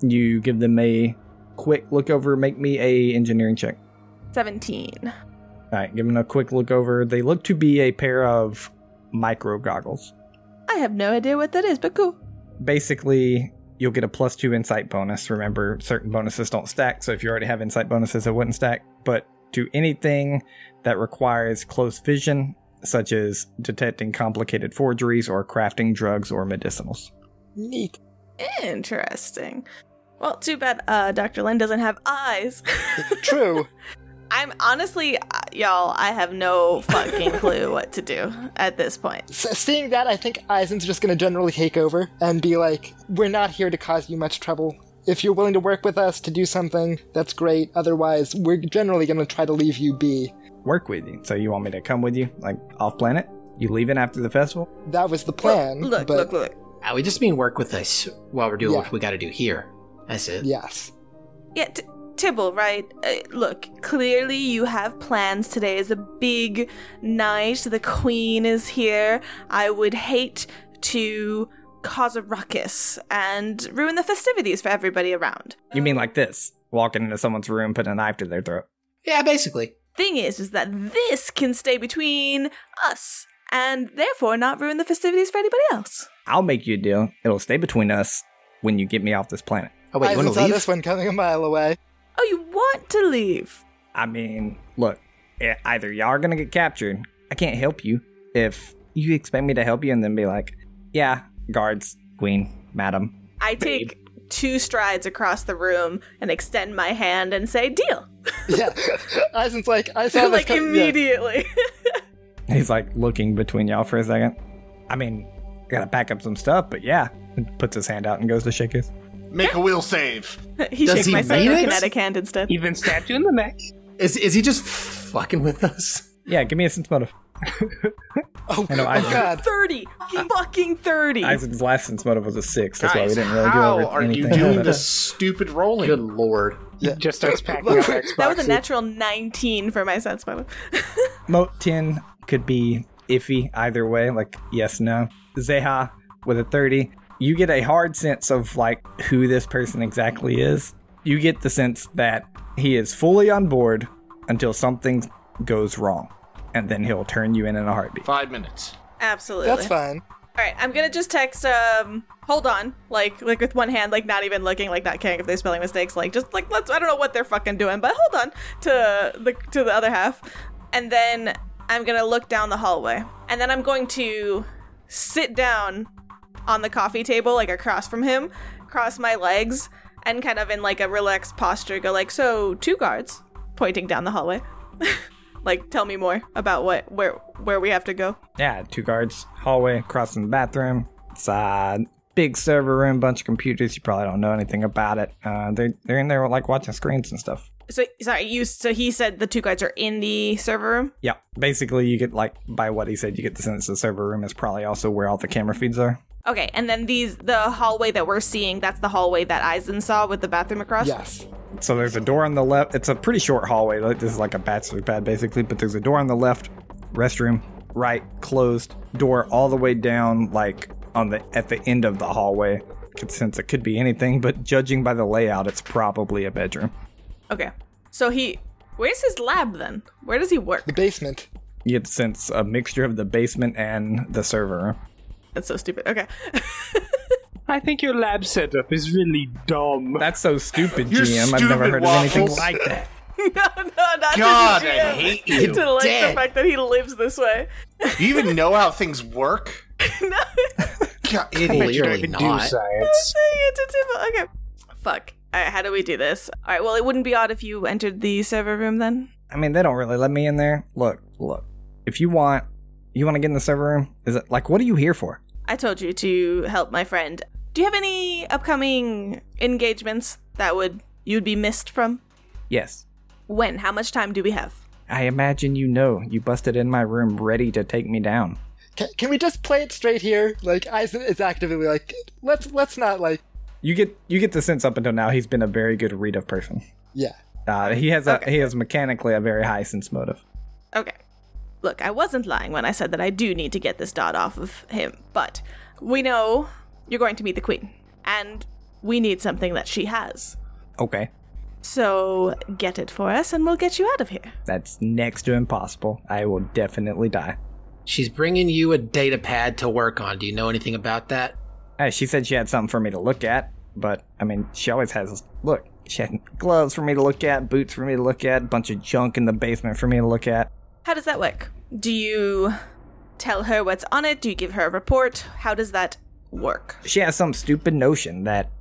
B: You give them a quick look over. Make me a engineering check.
E: Seventeen.
B: All right. Give them a quick look over. They look to be a pair of micro goggles.
E: I have no idea what that is, but cool.
B: Basically, you'll get a plus two insight bonus. Remember, certain bonuses don't stack. So if you already have insight bonuses, it wouldn't stack. But to anything that requires close vision, such as detecting complicated forgeries or crafting drugs or medicinals.
G: Neat.
E: Interesting. Well, too bad uh, Dr. Lynn doesn't have eyes. [LAUGHS]
G: True.
E: I'm honestly, uh, y'all, I have
B: [LAUGHS]
E: no fucking clue what to do at this point.
G: S- seeing that, I think Eisen's just going to generally take over and be like, "We're not here to cause you much trouble. If you're willing to work with us to do something, that's great. Otherwise, we're generally going to try to leave you be."
B: Work with you. So you want me to come with you, like off planet? You leaving after the festival?
G: That was the plan.
E: look,
G: but
E: look, look.
D: Uh, we just mean work with us while we're doing
G: Yeah.
D: what we got to do here. That's it.
G: yes,
E: Yeah, t- Tibble, right? Uh, look, clearly you have plans. Today is a big night. The queen is here. I would hate to cause a ruckus and ruin the festivities for everybody around.
B: You mean like this? Walking into someone's room, putting a knife to their throat.
D: Yeah, basically.
E: Thing is, is that this can stay between us and therefore not ruin the festivities for anybody else.
B: I'll make you a deal. It'll stay between us when you get me off this planet.
D: Oh wait, you want
G: Eisen's
D: to
G: saw
D: leave?
G: this one coming a mile away. [LAUGHS]
E: Oh, you want to leave?
B: I mean, look, e- either y'all are gonna get captured. I can't help you if you expect me to help you and then be like, yeah, guards, queen, madam. [LAUGHS]
E: I take two strides across the room and extend my hand and say, "Deal!"
G: Yeah, Eisen's like, "I saw
E: [LAUGHS]
G: this
E: like
G: com- yeah.
E: immediately. [LAUGHS]
B: He's like looking between y'all for a second. I mean, gotta pack up some stuff, but yeah. And Puts his hand out and goes to shake his.
H: Make a will save.
E: he
D: Does
E: shakes
D: he
E: my
D: mean it?
E: psychokinetic hand instead.
F: Even stabbed you in
B: [LAUGHS]
F: the neck.
D: Is is he just fucking with us? [LAUGHS]
B: Yeah, give me a sense motive.
G: Oh,
B: I know,
G: oh
B: Eisen-
G: God,
E: 30
D: Uh,
E: fucking 30
B: Eisen's last sense motive was a six. That's why we
H: Guys,
B: didn't really
H: how
B: do
H: are
B: anything.
H: you
B: [LAUGHS]
C: [LAUGHS]
H: doing this stupid rolling?
D: Good lord.
G: Yeah.
F: Just starts
B: [LAUGHS]
F: packing up Xbox.
E: that was a natural 19 for my sense motive
B: Moat 10 could be iffy either way, like yes, no. Zeha with a 30, you get a hard sense of like who this person exactly is. You get the sense that he is fully on board until something goes wrong, and then he'll turn you in in a heartbeat.
H: Five minutes.
E: absolutely
G: that's fine.
E: all right i'm gonna just text um hold on like like with one hand like not even looking like not caring if they're spelling mistakes like just like let's i don't know what they're fucking doing but hold on to the to the other half and then i'm gonna look down the hallway and then i'm going to sit down on the coffee table like across from him cross my legs and kind of in like a relaxed posture go like so two guards pointing down the hallway [LAUGHS] like tell me more about what where where we have to go
B: Yeah, two guards, hallway, across from the bathroom. It's a big server room, bunch of computers. You probably don't know anything about it. Uh, they're, they're in there like watching screens and stuff.
E: so sorry you so he said the two guards are in the server room
B: Yeah, basically, you get like by what he said, you get the sense the server room is probably also where all the camera feeds are.
E: okay and then these the hallway that we're seeing that's the hallway that Eisen saw with the bathroom across
G: Yes,
B: So there's a door on the left. It's a pretty short hallway. like, This is like a bachelor pad basically, but there's a door on the left, restroom, right, closed door all the way down, like on the at the end of the hallway. Could sense it could be anything, but judging by the layout, it's probably a bedroom.
E: okay so he where's his lab then where does he work
G: the basement.
B: You get the sense a mixture of the basement and the server room.
E: that's so stupid okay [LAUGHS]
F: I think your lab setup is really dumb.
B: That's so stupid,
H: You're
B: GM. I've never
H: stupid,
B: heard of anything
H: Waffles.
B: like that.
E: no no not
H: God,
E: to
H: I
E: the GM.
H: hate you.
E: [LAUGHS] to like
H: Dead.
E: the fact that he lives this way [LAUGHS]
H: Do you even know how things work?
E: no [LAUGHS]
H: God,
F: But you don't
D: Clearly
F: even do
D: not.
F: science.
E: Dang it, it's him. okay fuck all right how do we do this all right well it wouldn't be odd if you entered the server room then
B: I mean, they don't really let me in there. Look, look. If you want, you want to get in the server room. Is it like, what are you here for?
E: I told you to help my friend. Do you have any upcoming engagements that would you'd be missed from?
B: Yes,
E: When? How much time do we have?
B: I imagine you know. You busted in my room, ready to take me down.
G: Can, can we just play it straight here? Like Eisen is actively like, let's let's not like,
B: You get, you get the sense up until now he's been a very good read of person.
G: yeah.
B: Uh, he has a, he has mechanically a very high sense motive.
E: Okay. Look, I wasn't lying when I said that I do need to get this dot off of him, but we know you're going to meet the queen, and we need something that she has.
B: Okay,
E: So get it for us, and we'll get you out of here.
B: that's next to impossible. I will definitely die.
D: She's bringing you a data pad to work on. Do you know anything about that?
B: Uh, she said she had something for me to look at, but I mean, she always has. Look, she had gloves for me to look at, boots for me to look at, bunch of junk in the basement for me to look at.
E: How does that work? Do you tell her what's on it? Do you give her a report? How does that work?
B: She has some stupid notion that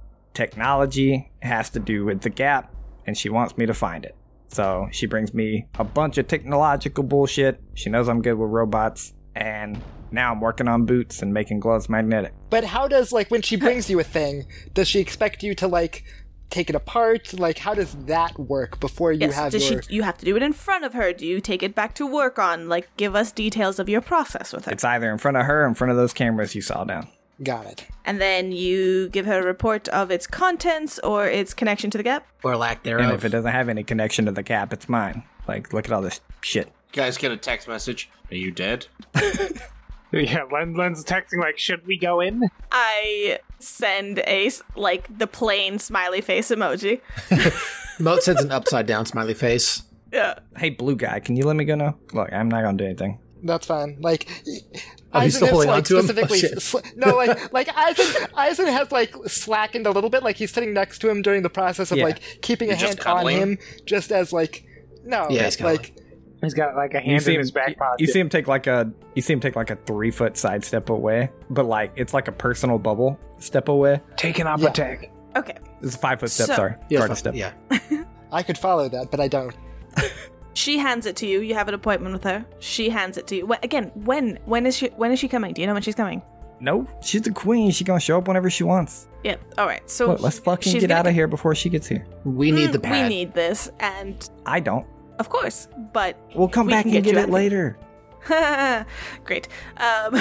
B: technology has to do with the gap, and she wants me to find it. So she brings me a bunch of technological bullshit. She knows I'm good with robots, and now I'm working on boots and making gloves magnetic.
G: But how does like
D: [LAUGHS]
G: when she brings you a thing, does she expect you to like take it apart? Like how does that work before you
E: yes.
G: have
E: does
G: your
E: she? You have to do it in front of her. Do you take it back to work on? Like, give us details of your process with her,
B: It's either in front of her or in front of those cameras you saw down.
G: got it?
E: and then you give her a report of its contents or its connection to the gap.
D: or lack thereof.
B: And if it doesn't have any connection to the gap, it's mine. Like, look at all this shit.
C: guys get a text message. Are you dead?
F: Yeah, Len, Len's texting like, should we go in?
E: I send a s- like the plain smiley face emoji.
D: Moat sends an upside down smiley face.
E: Yeah.
B: Hey, blue guy, can you let me go now? Look, I'm not gonna do anything.
G: That's fine. Like,
D: Oh, he's still holding on to him? Oh, shit.
G: sl- no, like, like Eisen, Eisen has like slackened a little bit. Like he's sitting next to him during the process of
B: Yeah.
G: like keeping a
C: You're just
G: hand on
C: cuddling?
G: him, just as like, no,
D: Yeah, he's cuddling.
G: like
F: He's got like a
B: You
F: hand
B: see,
F: in
B: him,
F: his back pocket.
B: you see him take like a you see him take like a three foot side step away, but like it's like a personal bubble step away.
F: taking up
G: Yeah.
F: a tag.
E: Okay.
B: It's a five foot step,
E: So-
B: sorry.
D: Yeah,
B: Garden
D: it's fine.
B: step.
D: yeah.
G: I could follow that, but I don't.
E: She hands it to you. You have an appointment with her. She hands it to you. Wh- again, when? When is she? When is she coming? Do you know when she's coming?
B: No, she's the queen. She's gonna show up whenever she wants.
E: Yep. All right. So
B: Look, let's fucking
E: she's
B: get
E: gonna
B: out of here before she gets here.
D: We need
E: Mm,
D: the pad.
E: We need this, and
B: I don't.
E: of course, but
B: We'll come
E: We
B: back
E: can
B: and
E: get
B: get,
E: you out
B: it
E: of-
B: later.
E: [LAUGHS] great. Um,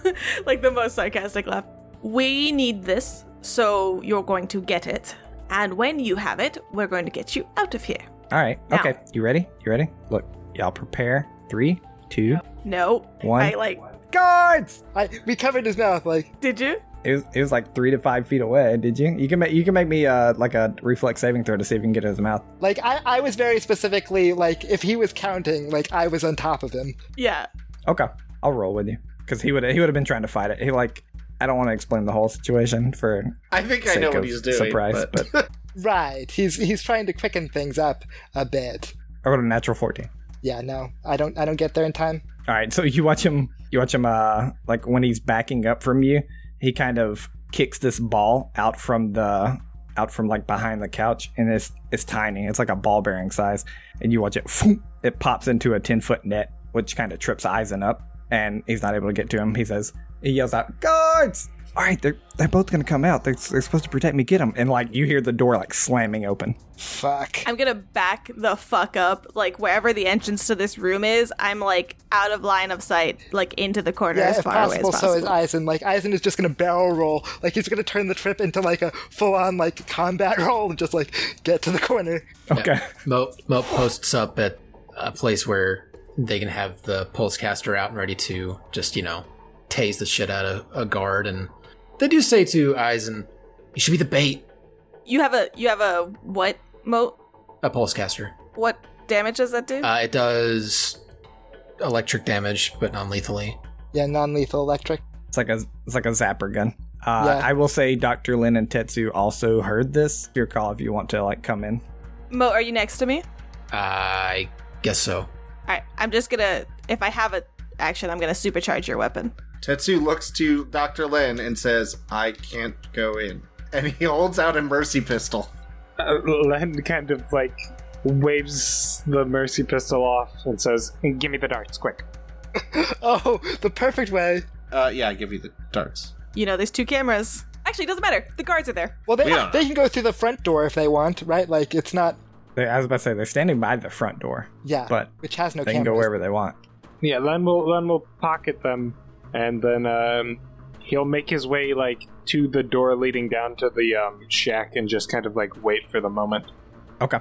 E: [LAUGHS] like the most sarcastic laugh. We need this, so you're going to get it, and when you have it, we're going to get you out of here.
B: All right.
E: Now.
B: Okay. You ready? You ready? Look, y'all prepare. Three, two,
E: No,
B: one.
E: I like.
B: Guards!
G: I we covered his mouth. Like
E: Did you?
B: It was, it was like three to five feet away. Did you? You can make you can make me uh like a reflex saving throw to see if you can get it in his mouth.
G: like I, I was very specifically like if he was counting, like I was on top of him.
E: Yeah.
B: Okay, I'll roll with you because he would he would have been trying to fight it. He like I don't want to explain the whole situation for
C: I think I
B: Sake
C: know
B: of
C: what he's doing.
B: surprise,
C: but, [LAUGHS]
G: Right. He's he's trying to quicken things up a bit.
B: I rolled a natural fourteen.
G: Yeah, no. I don't I don't get there in time.
B: All right, so you watch him. You watch him. Uh, like when he's backing up from you, he kind of kicks this ball out from the out from like behind the couch, and it's it's tiny. It's like a ball bearing size, and you watch it. phoom, It pops into a ten foot net, which kind of trips Eisen up, and he's not able to get to him. He says he yells out, "Guards!" All right, they're they're both gonna come out. They're, they're supposed to protect me. Get them, and like you hear the door like slamming open.
G: Fuck.
E: I'm gonna back the fuck up, like wherever the entrance to this room is. I'm like out of line of sight, like into the corner
G: Yeah,
E: as
G: if
E: far
G: possible,
E: away as
G: so
E: possible.
G: is Eisen. Like Eisen is just gonna barrel roll. Like he's gonna turn the trip into like a full on like combat [LAUGHS] roll and just like get to the corner.
B: Okay.
D: Moat Moat posts up at a place where they can have the pulse caster out and ready to just, you know, tase the shit out of a guard and they do say to Eisen, You should be the bait.
E: you have a you have a what moat?
D: A pulse caster.
E: What damage does that do?
D: Uh, it does electric damage, but non lethally.
G: Yeah, non lethal electric. [LAUGHS]
B: It's like a it's like a zapper gun. Uh,
G: Yeah.
B: I will say, Doctor Lin and Tetsu also heard this. Your call if you want to like come in.
E: Mo, are you next to me?
D: I guess so.
E: All right, I'm just gonna. If I have a action, I'm gonna supercharge your weapon.
H: Tetsu looks to Dr. Lin and says, I can't go in. And he holds out a mercy pistol.
F: Uh, Len kind of like waves the mercy pistol off and says, "Give me the darts, quick!"
G: Oh, the perfect way.
C: uh, yeah, I give you the darts.
E: You know, there's two cameras. Actually, it doesn't matter. The guards are there.
G: Well, they
C: Yeah.
G: they can go through the front door if they want, right? Like it's not.
B: They, I was about to say they're standing by the front door,
G: Yeah,
B: but
G: which has no
B: they can go
G: cameras.
B: wherever they want.
F: Yeah, Len will Len will pocket them, and then um, he'll make his way like to the door leading down to the um, shack and just kind of like wait for the moment.
B: Okay.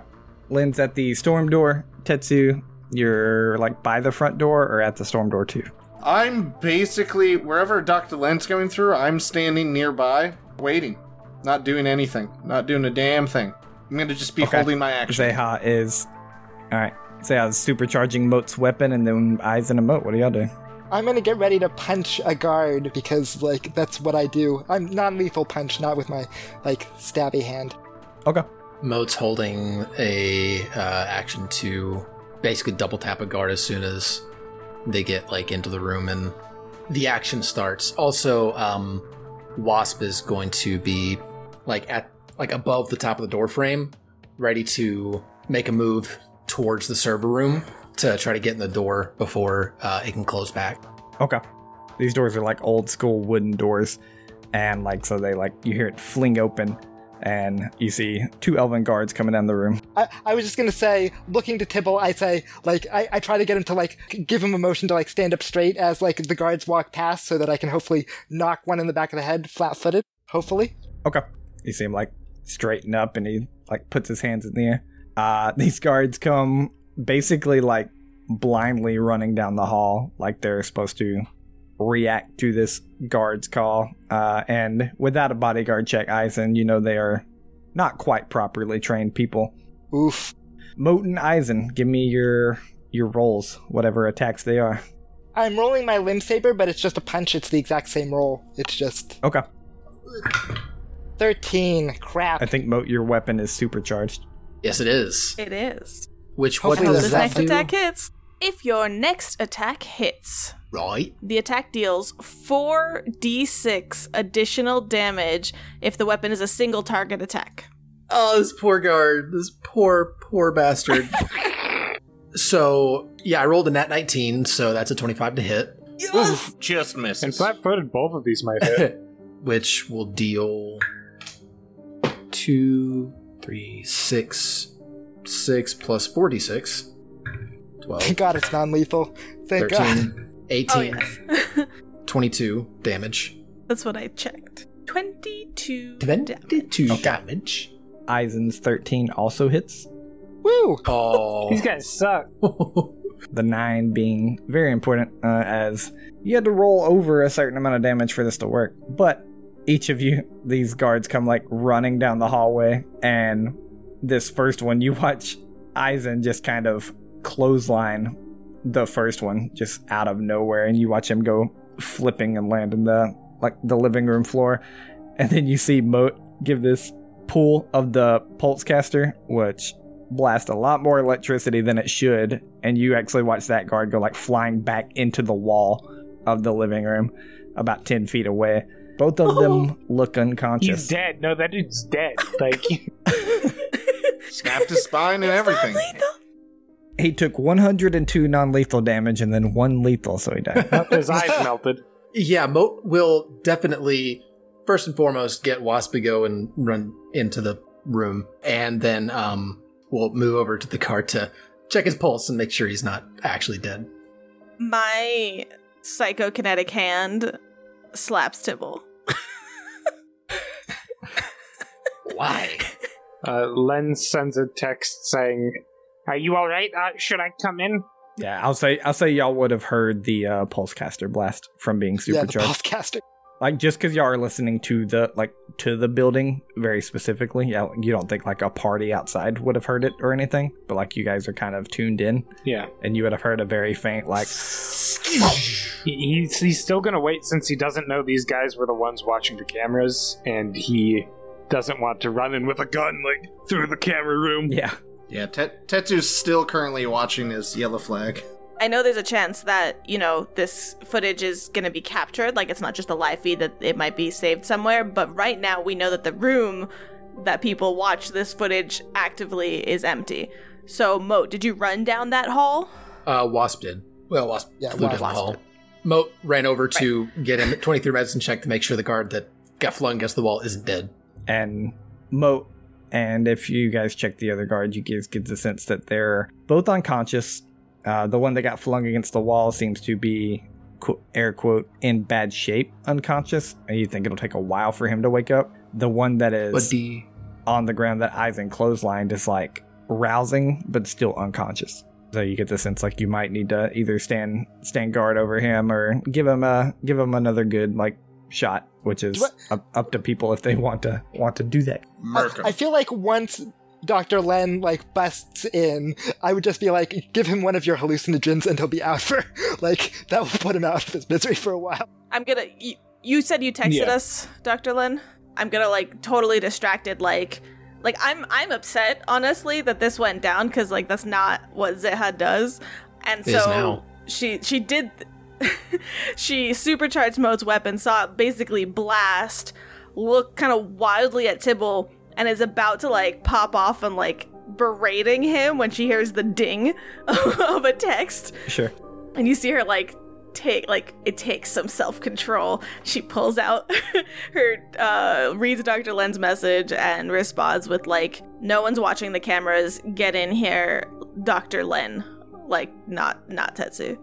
B: Lin's at the storm door. Tetsu, you're like by the front door or at the storm door too.
H: I'm basically, wherever Dr. Lin's going through, I'm standing nearby, waiting. Not doing anything. Not doing a damn thing. I'm going to just be
B: Okay.
H: holding my action.
B: Zeha is all right. Zeha's supercharging Moat's weapon, and then eyes in a Moat. What do y'all do?
G: I'm gonna get ready to punch a guard because like that's what I do. I'm non lethal punch, not with my like stabby hand.
B: Okay.
D: Moat's holding a uh, action to basically double tap a guard as soon as they get like into the room and the action starts. Also, um, Wasp is going to be like at like above the top of the door frame, ready to make a move towards the server room to try to get in the door before uh, it can close back.
B: Okay. These doors are like old school wooden doors, and like so they like you hear it fling open, and you see two elven guards coming down the room.
G: I, I was just gonna say, looking to Tibble, I say, like, I, I try to get him to, like, give him a motion to, like, stand up straight as, like, the guards walk past so that I can hopefully knock one in the back of the head flat footed, hopefully.
B: Okay. You see him like straighten up, and he like puts his hands in the air. Uh, [LAUGHS] these guards come basically like blindly running down the hall, like they're supposed to react to this guard's call. Uh, and without a bodyguard check, Eisen, you know they are not quite properly trained people.
G: Oof.
B: Moten Eisen, give me your your rolls, whatever attacks they are.
G: I'm rolling my limb saber, but it's just a punch. It's the exact same roll. It's just
B: Okay.
G: 13. Crap.
B: I think Moat, your weapon is supercharged.
D: Yes, it is.
E: It is.
D: Which what
G: Hopefully
E: How
G: does
E: this
D: does
G: that
E: next
D: that do?
E: attack hits. If your next attack hits,
D: Right.
E: the attack deals 4d6 additional damage if the weapon is a single target attack.
D: Oh, this poor guard. This poor, poor
G: [LAUGHS]
D: bastard. so, yeah, I rolled a nat 19, so that's a 25 to hit, [LAUGHS]
C: Oof, just misses.
F: And flat footed, both of these might hit.
D: which will deal two, three, six, six plus 46. 12,
G: Thank God it's non lethal. Thank God.
D: 13, 18,
E: Oh, yes. [LAUGHS]
D: 22 damage.
E: That's what I checked. 22 damage.
D: 22 damage.
B: Eisen's 13 also hits,
G: Woo!
F: [LAUGHS]
D: Oh.
F: These guys suck.
D: [LAUGHS]
B: the 9 being very important, uh, as you had to roll over a certain amount of damage for this to work. But each of you, these guards come like running down the hallway, and this first one, you watch Eisen just kind of clothesline the first one just out of nowhere, and you watch him go flipping and land in the like the living room floor, and then you see Moat give this pull of the pulse caster, which blast a lot more electricity than it should, and you actually watch that guard go like flying back into the wall of the living room, about ten feet away. Both of
F: [LAUGHS]
B: them look
F: He's
B: unconscious.
F: dead. No, that dude's dead. Like, [LAUGHS]
C: Snapped his spine and everything.
B: He took 102 non-lethal damage and then one lethal, so he died.
G: [LAUGHS]
F: his eyes melted.
D: Yeah, Moat will definitely first and foremost get Waspigo and run into the room, and then um, we'll move over to the cart to check his pulse and make sure he's not actually dead.
E: My psychokinetic hand slaps Tibble.
D: Why?
F: Uh, Len sends a text saying, Are you alright? Uh, should I come in?
B: Yeah, I'll say I'll say y'all would have heard the uh, pulse caster blast from being
G: Yeah, the
B: supercharged.
G: postcaster.
B: like just because y'all are listening to the like to the building very specifically, yeah, you don't think like a party outside would have heard it or anything, but like you guys are kind of tuned in,
F: Yeah.
B: and you would have heard a very faint like. [LAUGHS]
F: He, he's, he's still gonna wait since he doesn't know these guys were the ones watching the cameras, and he doesn't want to run in with a gun, like, through the camera room.
B: Yeah,
C: Yeah, Tet- Tetsu's still currently watching his yellow flag.
E: I know there's a chance that, you know, this footage is going to be captured. Like, it's not just a live feed, that it might be saved somewhere. But right now, we know that the room that people watch this footage actively is empty. So, Moat, did you run down that hall?
D: [LAUGHS] Uh, Wasp did. Well, Wasp
G: Yeah,
D: flew down the
G: Wasp
D: hall.
G: did.
D: Moat ran over to get him 23 medicine check to make sure the guard that got flung against the wall isn't dead.
B: and Moat. And if you guys check the other guard, you guys get the sense that they're both unconscious. Uh, the one that got flung against the wall seems to be, qu- air quote, in bad shape, unconscious. And you think it'll take a while for him to wake up. The one that
D: But
B: is
D: the
B: on the ground that Eisen clotheslined is like rousing, but still unconscious. So you get the sense like you might need to either stand stand guard over him or give him a give him another good like shot, which is
G: Do I-
B: up, up to people if they want to want to do that.
C: Murk him.
G: I feel like once Dr. Len like busts in, I would just be like, give him one of your hallucinogens and he'll be out for [LAUGHS] like that will put him out of his misery for a while.
E: I'm gonna. You, you said you texted
F: Yeah.
E: us, Dr. Lin. I'm gonna, like, totally distracted, like, like I'm I'm upset honestly that this went down because like that's not what Zeha does, and
D: It is
E: so
D: now.
E: she she did [LAUGHS] she supercharged Moat's weapon, saw it basically blast, look kind of wildly at Tibble, and is about to like pop off and like berating him when she hears the ding [LAUGHS] of a text,
B: Sure.
E: and you see her like take like it takes some self-control she pulls out [LAUGHS] her uh reads dr len's message and responds with like no one's watching the cameras get in here dr len like not not tetsu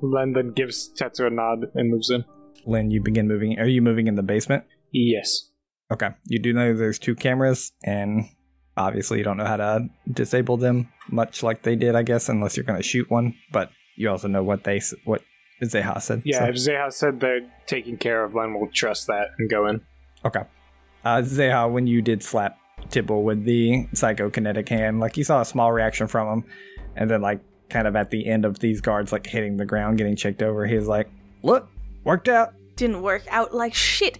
F: Len then gives Tetsu a nod and moves in.
B: Lynn, you begin moving. Are you moving in the basement?
F: Yes.
B: Okay. You do know there's two cameras, and obviously you don't know how to disable them, much like they did, I guess, unless you're going to shoot one. But you also know what they s- what Zeha said.
F: Yeah,
B: so-
F: if Zeha said they're taking care of Len, we'll trust that and go in.
B: Uh, Zeha, when you did slap Tibble with the psychokinetic hand, like you saw a small reaction from him, and then like kind of at the end of these guards like hitting the ground, getting checked over, he was like, "Look, worked out."
E: didn't work out like shit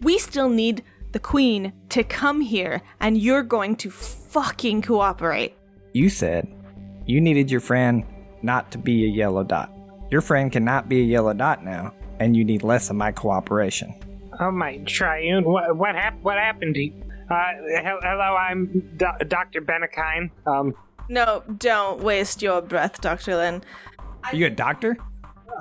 E: we still need the queen to come here and you're going to fucking cooperate
B: You said you needed your friend not to be a yellow dot. Your friend cannot be a yellow dot now, and you need less of my cooperation.
F: Oh my triune! What what happened? What happened? To you? Uh, hel- hello, I'm Do- Doctor Benekine. Um,
E: no don't waste your breath dr len
B: Are you a doctor?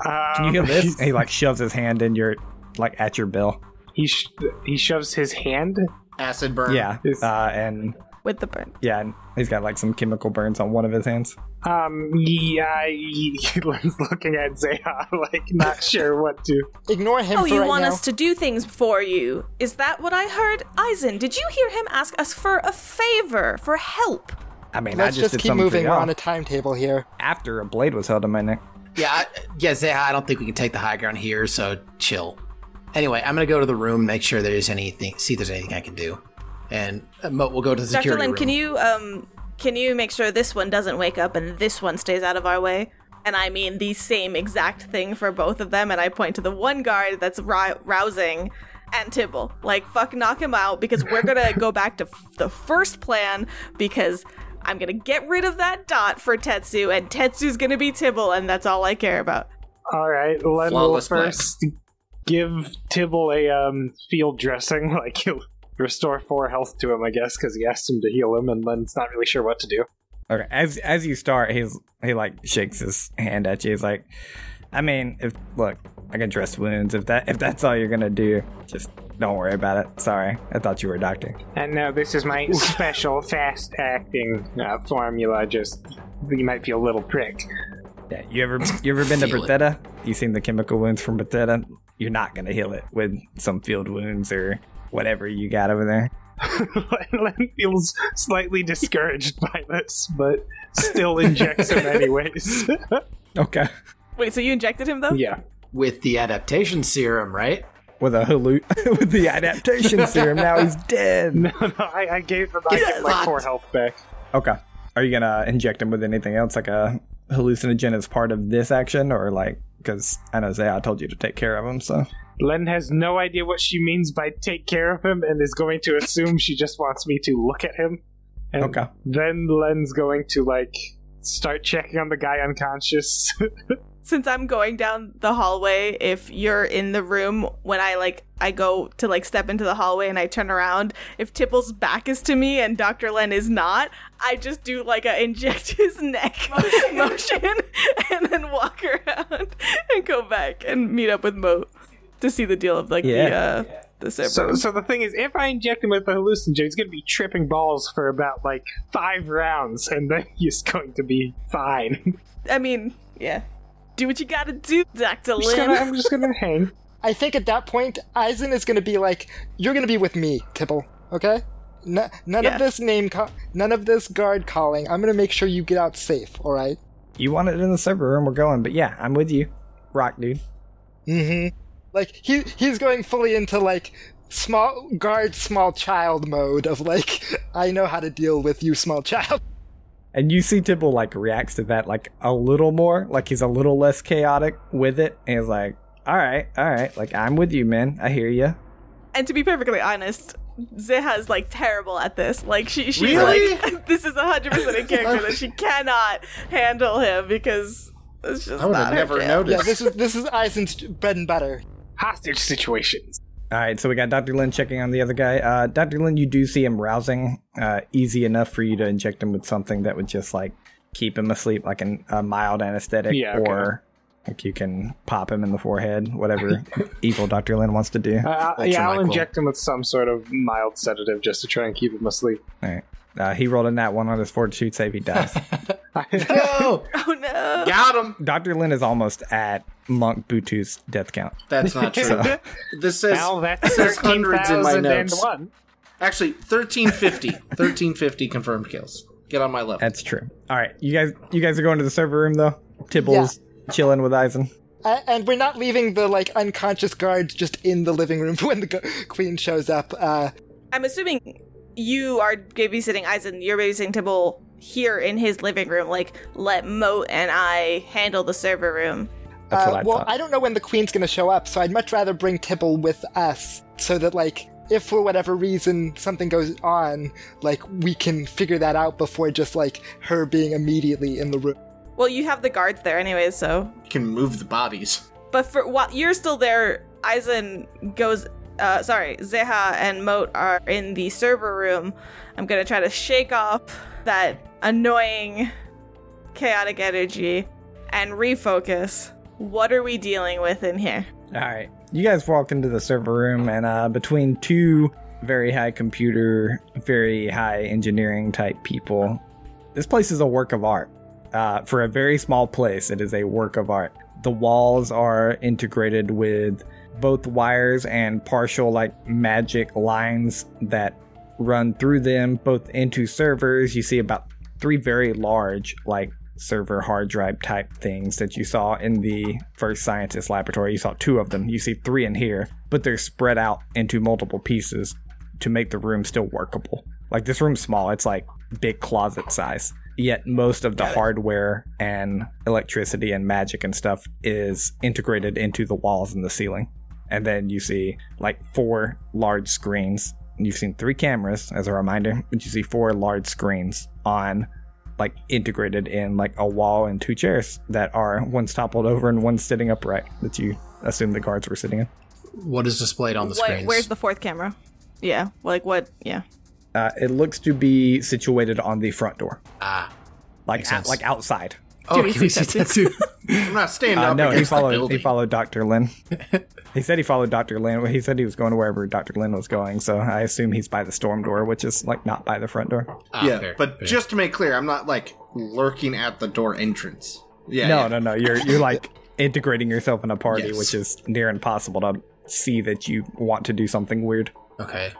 B: Can you
F: um,
B: heal this? And he like shoves his hand in your like at your bill.
F: he sh- he shoves his hand.
C: Acid burn.
B: Yeah, uh, and
E: with the burn
B: yeah, and he's got like some chemical burns on one of his hands.
F: Um, yeah, he, [LAUGHS] he Len's looking at Zeha [LAUGHS] like not sure what to.
G: Ignore him
E: Oh,
G: for
E: you
G: right
E: want
G: now.
E: us to do things for you? Is that what I heard? Eisen, did you hear him ask us for a favor, for help?
B: I mean,
G: Let's
B: I
G: just,
B: just, did
G: keep
B: something
G: moving.
B: for
G: We're
B: y'all
G: on a timetable here.
B: after a blade was held in my neck.
D: Yeah, I, yeah, Zeha, I don't think we can take the high ground here, so chill. Anyway, I'm gonna go to the room, make sure there's anything, see if there's anything I can do, and uh, Moat will go to the
E: Dr.
D: security
E: Lin,
D: room.
E: can you um can you make sure this one doesn't wake up and this one stays out of our way? And I mean the same exact thing for both of them, and I point to the one guard that's ri- rousing and Tibble. Like, fuck, knock him out, because we're gonna
D: [LAUGHS]
E: go back to f- the first plan, because I'm gonna get rid of that dot for Tetsu, and Tetsu's gonna be Tibble, and that's all I care about.
F: All right, Len will
C: Flawless play.
F: first give Tibble a um, field dressing, [LAUGHS] like he'll restore four health to him, I guess, because he asked him to heal him, and Len's not really sure what to do.
B: Okay, as as you start, he's he like shakes his hand at you. He's like, I mean, if look, I can dress wounds. If that if that's all you're gonna do, just don't worry about it. Sorry, I thought you were a doctor.
F: And now this is my special fast acting uh, formula. Just you might feel a little prick. [LAUGHS]
B: Yeah, you ever you ever been to
D: Feel it.
B: Berthetta? You seen the chemical wounds from Berthetta? You're not gonna heal it with some field wounds or whatever you got over there.
F: Len feels slightly discouraged [LAUGHS] by this, but still injects
C: [LAUGHS]
F: him anyways. [LAUGHS]
B: Okay,
E: Wait, so you injected him though?
F: yeah.
D: With the adaptation serum, right?
B: with a halut [LAUGHS] with the [LAUGHS] adaptation serum. Now he's dead.
F: [LAUGHS] No, no, I, I gave him I gave my four health back.
B: Okay. Are you gonna inject him with anything else, like a hallucinogen, as part of this action, or like because I know Zay, I told you to take care of him, so
F: Len has no idea what she means by take care of him and is going to assume she just wants me to look at him. And
B: Okay.
F: Then Len's going to like start checking on the guy unconscious. [LAUGHS]
E: since I'm going down the hallway, if you're in the room when I like I go to like step into the hallway and I turn around, if Tipple's back is to me and Dr. Len is not, I just do like a [LAUGHS] inject his neck [LAUGHS] motion, and then walk around and go back and meet up with Moat to see the deal of like the
B: Yeah.
E: uh the server.
F: so, so the thing is, if I inject him with the hallucinogen, he's going to be tripping balls for about like five rounds, and then [LAUGHS] he's going to be fine. [LAUGHS]
E: I mean, yeah. Do what you gotta do, Dr.
F: I'm just
E: Lin.
F: gonna, I'm just gonna hang.
G: I think at that point, Eisen is going to be like, "You're going to be with me, Tibble. Okay? N- none
E: Yeah.
G: of this name, ca- none of this guard calling. I'm going to make sure you get out safe. All right?
B: you want it in the server room, we're going. But yeah, I'm with you, Rock dude.
G: Mm-hmm. Like he he's going fully into like small guard, small child mode of like, [LAUGHS] I know how to deal with you, small child. [LAUGHS]
B: And you see Tibble like reacts to that like a little more, like he's a little less chaotic with it, and he's like, "All right, all right, like I'm with you, man. I hear you."
E: And to be perfectly honest, Zeha's like terrible at this. Like she, she's
H: Really?
E: like, [LAUGHS] this is hundred percent a character that
H: [LAUGHS]
E: she cannot handle him because it's just
H: I would
E: not
H: have
E: her
H: never
E: jam.
H: noticed.
G: Yeah, this is this is Eisen's bread and butter.
F: Hostage situations.
B: All right, so we got Dr. Lin checking on the other guy. Uh, Dr. Lin, you do see him rousing, uh, easy enough for you to inject him with something that would just like keep him asleep, like an, a mild anesthetic,
F: Yeah, okay.
B: or like you can pop him in the forehead,
F: [LAUGHS]
B: whatever evil Dr. Lin wants to do.
F: Uh, I'll-
D: Ultra
F: yeah, I'll
D: NyQuil.
F: inject him with some sort of mild sedative just to try and keep him asleep. [LAUGHS]
B: Uh, he rolled a nat one on his fortitude save. He dies.
D: [LAUGHS] No!
E: [LAUGHS] Oh no!
C: Got him.
B: Dr. Lin is almost at Monk Butu's death count.
C: That's not true. [LAUGHS]
B: So-
C: This says
F: Now that's
C: says hundreds in my
F: 13,001.
C: notes. actually [LAUGHS] 1350. 1350 confirmed kills. Get on my level.
B: That's true. All right, you guys, you guys are going to the server room though. Tibble's chilling with Eisen.
G: A- and we're not leaving the like unconscious guards just in the living room [LAUGHS] when the go- queen shows up. Uh,
E: I'm assuming you are babysitting Eisen. You're babysitting Tibble here in his living room. Like let Moat and I handle the server room.
B: That's
G: uh,
B: what I
G: well,
B: thought.
G: I don't know when the queen's gonna show up, so I'd much rather bring Tibble with us so that like if for whatever reason something goes on, like we can figure that out before just like her being immediately in the room.
E: Well, you have the guards there anyways, so.
C: You can move the bodies.
E: But for while you're still there, Aizen goes. Uh, sorry, Zeha and Moat are in the server room. I'm gonna try to shake off that annoying, chaotic energy and refocus. What are we dealing with in here?
B: All right. You guys walk into the server room, and uh, between two very high computer, very high engineering type people, this place is a work of art. Uh, for a very small place, it is a work of art. The walls are integrated with both wires and partial, like, magic lines that run through them, both into servers. You see about three very large, like, server hard drive type things that you saw in the first scientist laboratory. You saw two of them. You see three in here, but they're spread out into multiple pieces to make the room still workable. Like this room's small, it's like big closet size. Yet most of the hardware and electricity and magic and stuff is integrated into the walls and the ceiling. And then you see like four large screens. You've seen three cameras as a reminder, but you see four large screens on like integrated in like a wall and two chairs that are one's toppled over and one's sitting upright that you assume the guards were sitting in.
D: What is displayed on the
E: What-
D: screens?
E: where's the fourth camera? Yeah, like what? Yeah.
B: Uh, it looks to be situated on the front door,
D: ah.
B: like
D: Makes
B: out,
D: sense.
B: like outside.
D: Oh, can we see that too? [LAUGHS]
C: I'm not standing
B: Uh,
C: up
B: no, he
C: against the
B: followed.
C: building.
B: He followed Doctor
C: [LAUGHS]
B: Lin. he said he followed Doctor Lin. He said he was going wherever Doctor Lin was going. So I assume he's by the storm door, which is like not by the front door.
D: Ah,
C: yeah,
D: fair,
C: but
D: fair.
C: just to make clear, I'm not like lurking at the door entrance. Yeah,
B: no,
C: yeah.
B: no, no. You're you're like integrating yourself in a party,
C: Yes.
B: which is near impossible to see that you want to do something weird.
D: okay.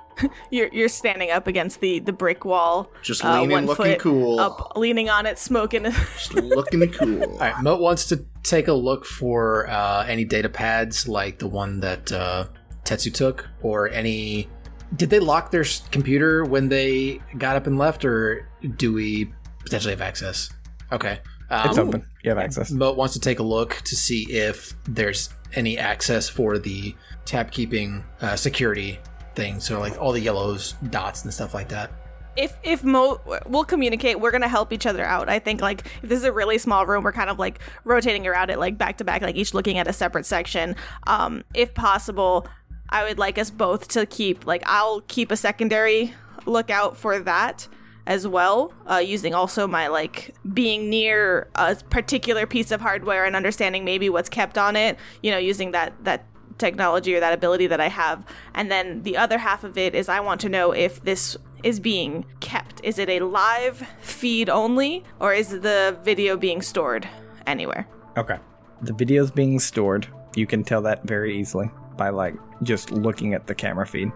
E: You're you're standing up against the the brick wall,
C: just
E: Uh,
C: leaning,
E: one
C: looking
E: foot
C: cool,
E: up, leaning on it, smoking.
B: [LAUGHS]
C: just looking cool.
D: All right, Moat wants to take a look for uh, any data pads like the one that uh, Tetsu took, or any. Did they lock their s- computer when they got up and left, or do we potentially have access? Okay. Um,
B: It's open. You have access.
D: Moat wants to take a look to see if there's any access for the tab keeping uh, security thing. So, like all the yellows, dots, and stuff like that.
E: if if Mo we'll communicate, we're gonna help each other out. I think like if this is a really small room, we're kind of like rotating around it like back to back, like each looking at a separate section. Um, if possible, I would like us both to keep like I'll keep a secondary lookout for that as well, uh, using also my like being near a particular piece of hardware and understanding maybe what's kept on it. You know, using that that technology or that ability that I have. And then the other half of it is I want to know if this is being kept. Is it a live feed only, or is the video being stored anywhere?
B: Okay. The video's being stored. You can tell that very easily by like just looking at the camera feed.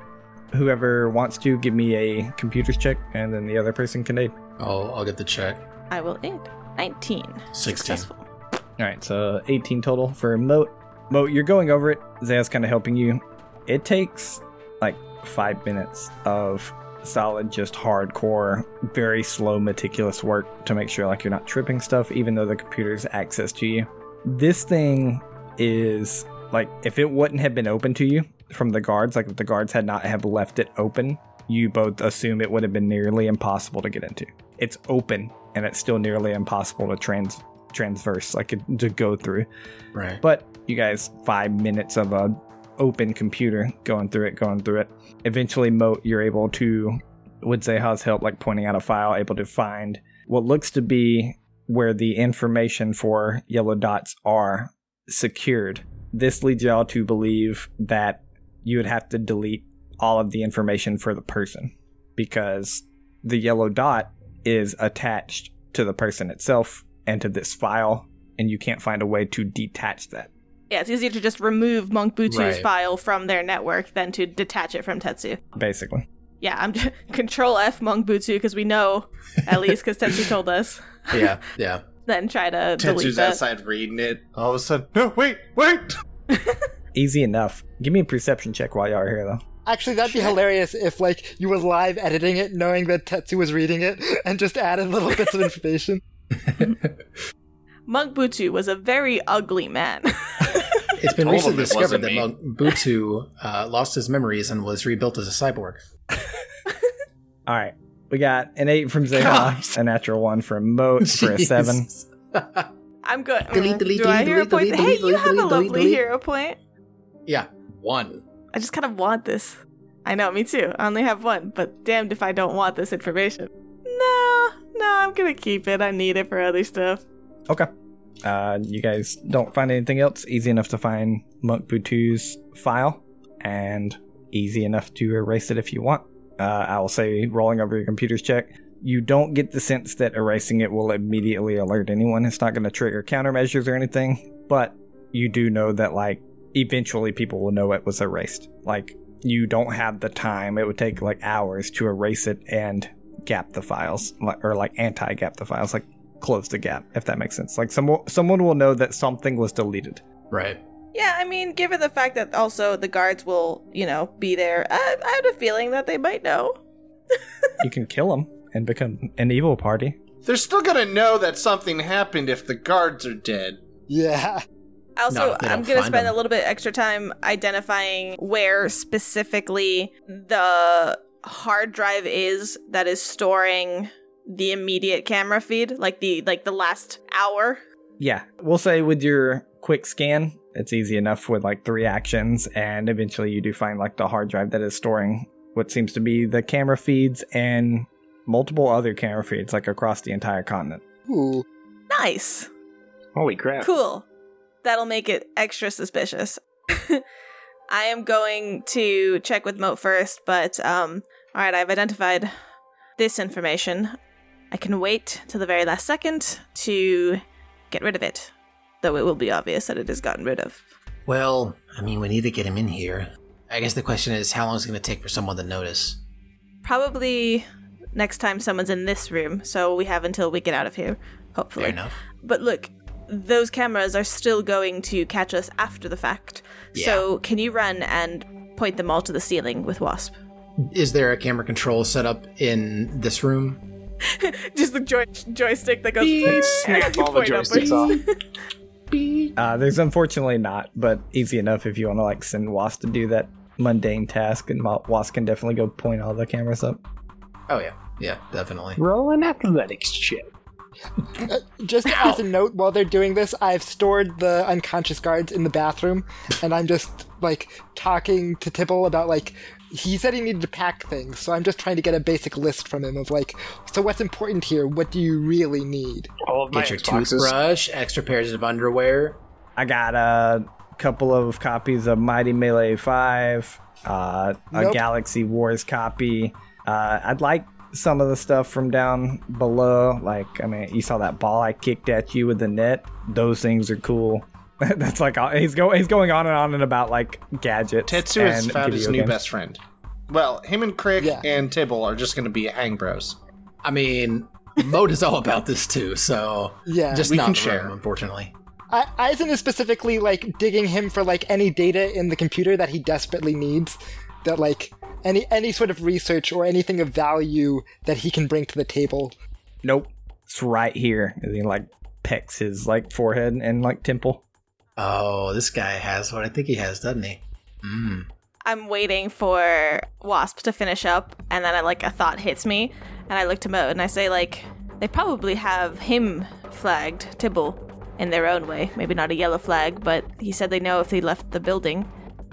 B: Whoever wants to give me a computers check, and then the other person can aid.
D: I'll, I'll get the check.
E: I will aid. 19.
D: 16.
E: Successful.
B: All right, so 18 total for Moat. Moat, you're going over it. Zay's kind of helping you. It takes like five minutes of solid, just hardcore, very slow, meticulous work to make sure like you're not tripping stuff, even though the computer's access to you. This thing is like if it wouldn't have been open to you from the guards, like if the guards had not have left it open, you both assume it would have been nearly impossible to get into. It's open, and it's still nearly impossible to trans transverse, like to go through.
D: Right.
B: But you guys, five minutes of a open computer going through it, going through it. Eventually, Moat, you're able to, would say Ha's help, like pointing out a file, able to find what looks to be where the information for yellow dots are secured. This leads y'all to believe that you would have to delete all of the information for the person because the yellow dot is attached to the person itself and to this file, and you can't find a way to detach that.
E: Yeah, it's easier to just remove Monk Butsu's
D: Right.
E: file from their network than to detach it from Tetsu.
B: Basically,
E: Yeah, I'm [LAUGHS] control F Monk Butsu because we know, at least because Tetsu told us.
D: Yeah. Yeah.
E: Then try to delete
C: Tetsu's
E: that.
C: outside reading it.
H: All of a sudden, no, wait, wait!
B: easy enough. Give me a perception check while y'all are here, though.
G: Actually, that'd be hilarious if like you were live editing it, knowing that Tetsu was reading it, [LAUGHS] and just added little bits of information.
E: Monk Butsu was a very ugly man. [LAUGHS]
D: It's been
C: Told him
D: recently
C: it
D: discovered
C: wasn't
D: that
C: me.
D: Monk Butsu uh, lost his memories and was rebuilt as a cyborg.
B: All right, we got an eight from Zayha,
D: Gosh.
B: a natural one from Moat [LAUGHS] for
D: [LAUGHS]
B: a seven.
D: Jesus.
E: I'm good.
D: Delete,
E: Mm,
D: delete,
E: Do I
D: delete,
E: hero
D: delete,
E: point?
D: delete,
E: Hey, you
D: delete,
E: have a
D: delete, delete,
E: lovely
D: delete.
E: hero point.
D: Yeah. One.
E: I just kind of want this. I know, me too. I only have one, but damned if I don't want this information. No, no, I'm gonna keep it. I need it for other stuff.
B: Okay. Uh, you guys don't find anything else. Easy enough to find Monk Butu's file, and easy enough to erase it if you want. Uh, I will say, rolling over your computer's check. You don't get the sense that erasing it will immediately alert anyone. It's not going to trigger countermeasures or anything, but you do know that, like, eventually people will know it was erased. Like, you don't have the time. It would take, like, hours to erase it and gap the files, li- or, like, anti gap the files. Like, close the gap, if that makes sense. Like someone someone will know that something was deleted.
D: Right.
E: Yeah, I mean, given the fact that also the guards will, you know, be there, I, I had a feeling that they might know.
B: you can kill them and become an evil party.
H: They're still gonna know that something happened if the guards are dead.
G: Yeah.
E: Also,
D: if they
E: I'm
D: don't
E: going to
D: find
E: spend
D: them.
E: a little bit extra time identifying where specifically the hard drive is that is storing the immediate camera feed, like the like the last hour.
B: Yeah, we'll say with your quick scan, it's easy enough with like three actions, and eventually you do find like the hard drive that is storing what seems to be the camera feeds and multiple other camera feeds like across the entire continent.
G: Ooh.
E: Nice.
F: Holy crap.
E: Cool. That'll make it extra suspicious. [LAUGHS] I am going to check with Moat first, but um all right, I've identified this information. I can wait till the very last second to get rid of it, though it will be obvious that it is gotten rid of.
D: Well, I mean, we need to get him in here. I guess the question is, how long is it going to take for someone to notice?
E: Probably next time someone's in this room, so we have until we get out of here, hopefully.
D: Fair enough.
E: But look, those cameras are still going to catch us after the fact. So can you run and point them all to the ceiling with Wasp?
D: Is there a camera control set up in this room?
E: Just the joy- joystick that goes.
F: Snap
E: [LAUGHS]
F: all the
E: Point upwards.
F: joysticks off.
B: Uh, there's unfortunately not, but easy enough if you want to like send Wasp to do that mundane task, and Ma- Wasp can definitely go point all the cameras up.
D: Oh yeah, yeah, definitely.
F: Roll an athletics check.
G: Just as a note, while they're doing this, I've stored the unconscious guards in the bathroom, and I'm just like talking to Tibble about like he said he needed to pack things, so I'm just trying to get a basic list from him of like, so what's important here? What do you really need?
F: All of my
D: Get your
F: Xboxes.
D: toothbrush, extra pairs of underwear.
B: I got a couple of copies of Mighty Melee 5, uh, a
G: Nope.
B: Galaxy Wars copy. Uh, I'd like some of the stuff from down below. Like, I mean, you saw that ball I kicked at you with the net. Those things are cool. [LAUGHS] That's like all, he's go he's going on and on and about like gadgets.
H: Tetsu has
B: and
H: found his
B: video
H: new
B: games.
H: best friend. Well, him and Crick
G: Yeah.
H: and Tibble are just gonna be hang bros.
D: I mean, Mode is all about this too, so
G: Yeah.
D: just
H: we
D: not
H: can
D: the
H: share.
D: room, unfortunately.
G: I- Aizen is specifically like digging him for like any data in the computer that he desperately needs, that like any any sort of research or anything of value that he can bring to the table.
B: Nope, it's right here. And he like pecks his like forehead and like temple.
D: Oh, this guy has what I think he has, doesn't he? Mm.
E: I'm waiting for Wasp to finish up, and then I like a thought hits me, and I look to Mo and I say like, they probably have him flagged Tibble in their own way. Maybe not a yellow flag, but he said they know if they left the building.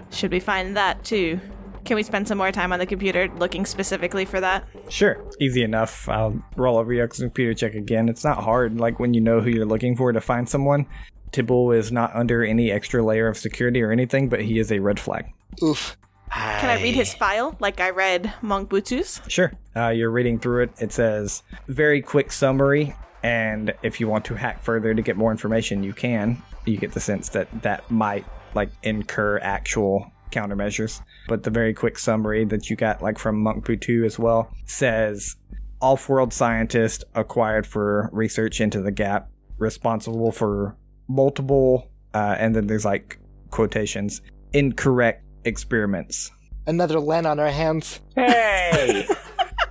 E: Should we find that too? Can we spend some more time on the computer looking specifically for that?
B: Sure, easy enough. I'll roll over your computer check again. It's not hard, like when you know who you're looking for to find someone. Tibble is not under any extra layer of security or anything, but he is a red flag.
G: Oof.
E: Can I read his file like I read Monk Butsu's?
B: Sure. Uh, you're reading through it. It says very quick summary, and if you want to hack further to get more information, you can. You get the sense that that might like incur actual countermeasures. But the very quick summary that you got like from Monk Butu as well says off-world scientist acquired for research into the gap, responsible for multiple, uh, and then there's like quotations incorrect experiments.
G: Another Len on our hands.
F: Hey!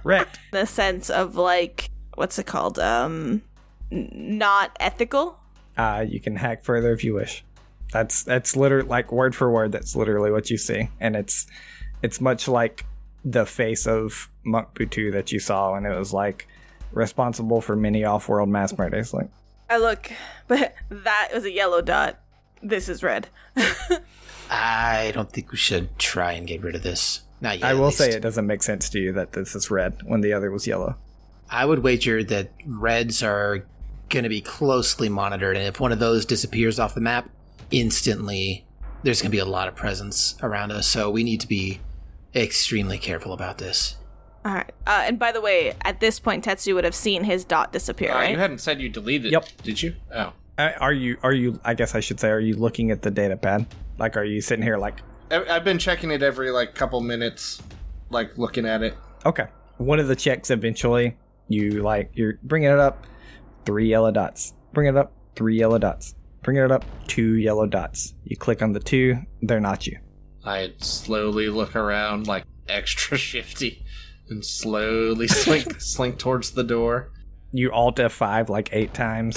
B: Wrecked.
E: the sense of like what's it called um n- not ethical
B: Uh, you can hack further if you wish. That's that's literally like word for word. That's literally what you see, and it's it's much like the face of Monk Butu that you saw, and it was like responsible for many off-world mass murders. Like
E: i look [LAUGHS] but that was a yellow dot this is red
D: I don't think we should try and get rid of this. Not yet.
B: I
D: at
B: will
D: least.
B: say, it doesn't make sense to you that this is red when the other was yellow.
D: I would wager that reds are going to be closely monitored, and if one of those disappears off the map instantly, there's going to be a lot of presence around us. So we need to be extremely careful about this.
E: all right uh, and by the way at this point tetsu would have seen his dot disappear
C: Uh,
E: right
C: You hadn't said you deleted.
B: Yep.
C: Did you? Oh.
B: Uh, Are you are you? I guess I should say, are you looking at the data pad? Like, are you sitting here like
H: I- I've been checking it every like couple minutes, like looking at it.
B: Okay. One of the checks eventually, you like, you're bringing it up, three yellow dots. Bring it up, three yellow dots. Bring it up, two yellow dots. You click on the two, they're not you.
C: I slowly look around, like [LAUGHS] extra shifty, and slowly
H: [LAUGHS]
C: slink slink towards the door.
B: You alt F5 like eight times.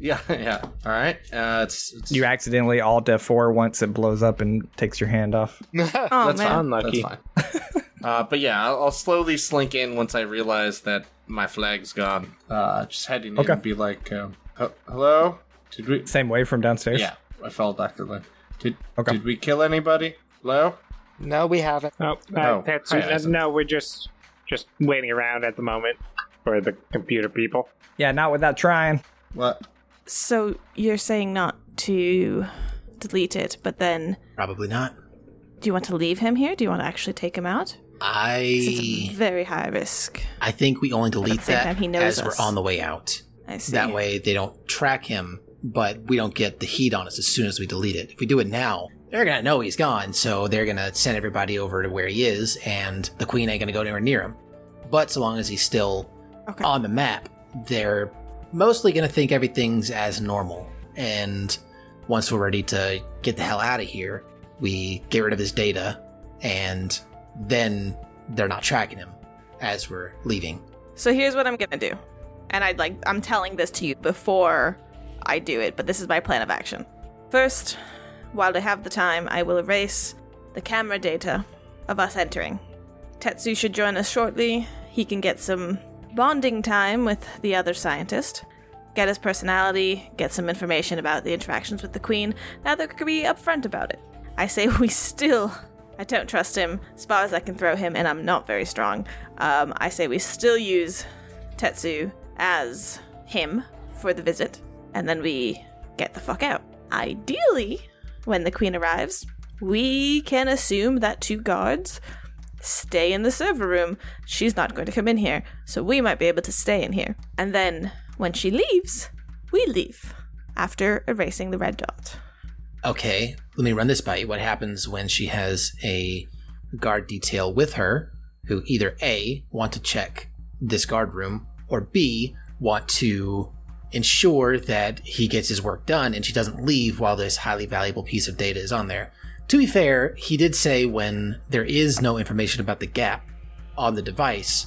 C: Yeah, yeah. All right. Uh, it's, it's
B: you accidentally alt F4 once, it blows up and takes your hand off.
E: oh
C: That's
E: man
C: fine.
I: Unlucky.
C: That's fine. uh, but yeah, I'll, I'll slowly slink in once I realize that my flag's gone. Uh, just heading in
B: Okay.
C: and be like, um, "H- "Hello? Did we?"
B: Same way from downstairs?
C: Yeah, I followed Doctor Lynn. Did
B: Okay.
C: did we kill anybody? Hello?
G: No, we haven't.
F: oh,
C: No.
F: uh, that's,
C: Hi,
F: uh,
C: Isaac.
F: no, we're just just waiting around at the moment for the computer people.
B: Yeah, not without trying.
H: What?
E: so you're saying not to delete it but then
D: Probably not.
E: do you want to leave him here do you want to actually take him out 'Cause it's
D: I
E: very high risk
D: I think we only delete
E: same
D: that
E: time, he knows
D: as
E: us.
D: we're on the way out.
E: i see
D: That way they don't track him, but we don't get the heat on us as soon as we delete it. If we do it now, they're gonna know he's gone, so they're gonna send everybody over to where he is, and the queen ain't gonna go anywhere near him. But so long as he's still
E: okay
D: on the map, they're mostly gonna think everything's as normal. And once we're ready to get the hell out of here, we get rid of his data, and then they're not tracking him as we're leaving.
E: So here's what I'm gonna do, and I'd like I'm telling this to you before I do it, but this is my plan of action. First, while I have the time, I will erase the camera data of us entering. Tetsu should join us shortly. He can get some bonding time with the other scientist, get his personality, get some information about the interactions with the queen. Now that we can be upfront about it. I say we still. I don't trust him as far as I can throw him, and I'm not very strong. Um, I say we still use Tetsu as him for the visit, and then we get the fuck out. Ideally, when the queen arrives, we can assume that two guards stay in the server room. She's not going to come in here, so we might be able to stay in here. And then when she leaves, we leave after erasing the red dot.
D: okay, let me run this by you. What happens when she has a guard detail with her who either A, want to check this guard room, or B, want to ensure that he gets his work done and she doesn't leave while this highly valuable piece of data is on there? To be fair, he did say when there is no information about the gap on the device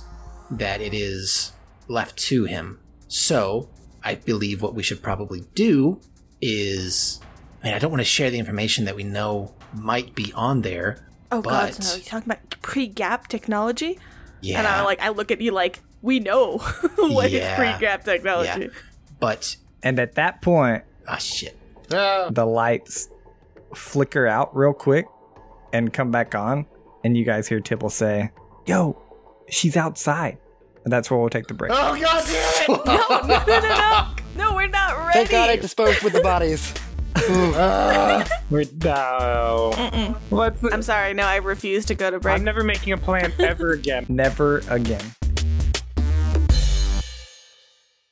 D: that it is left to him. So, I believe what we should probably do is I mean, I don't want to share the information that we know might be on there,
E: Oh
D: But-
E: god, no! You're talking about pre-gap technology,
D: Yeah.
E: and I like I look at you like we know [LAUGHS] what is
D: Yeah.
E: pre-gap technology.
D: Yeah. [LAUGHS] But
B: And at that point,
D: ah shit.
H: Ah,
B: the lights flicker out real quick and come back on. And you guys hear Tibble say, Yo, she's outside. And that's where we'll take the break.
H: Oh god damn it!
C: [LAUGHS]
E: No, no, no, no, no, no! We're not ready.
G: Thank God I disposed with the bodies. ah.
F: We're uh, no. Let's.
E: I'm sorry. No, I refuse to go to break.
F: I'm never making a plan ever again.
B: Never again.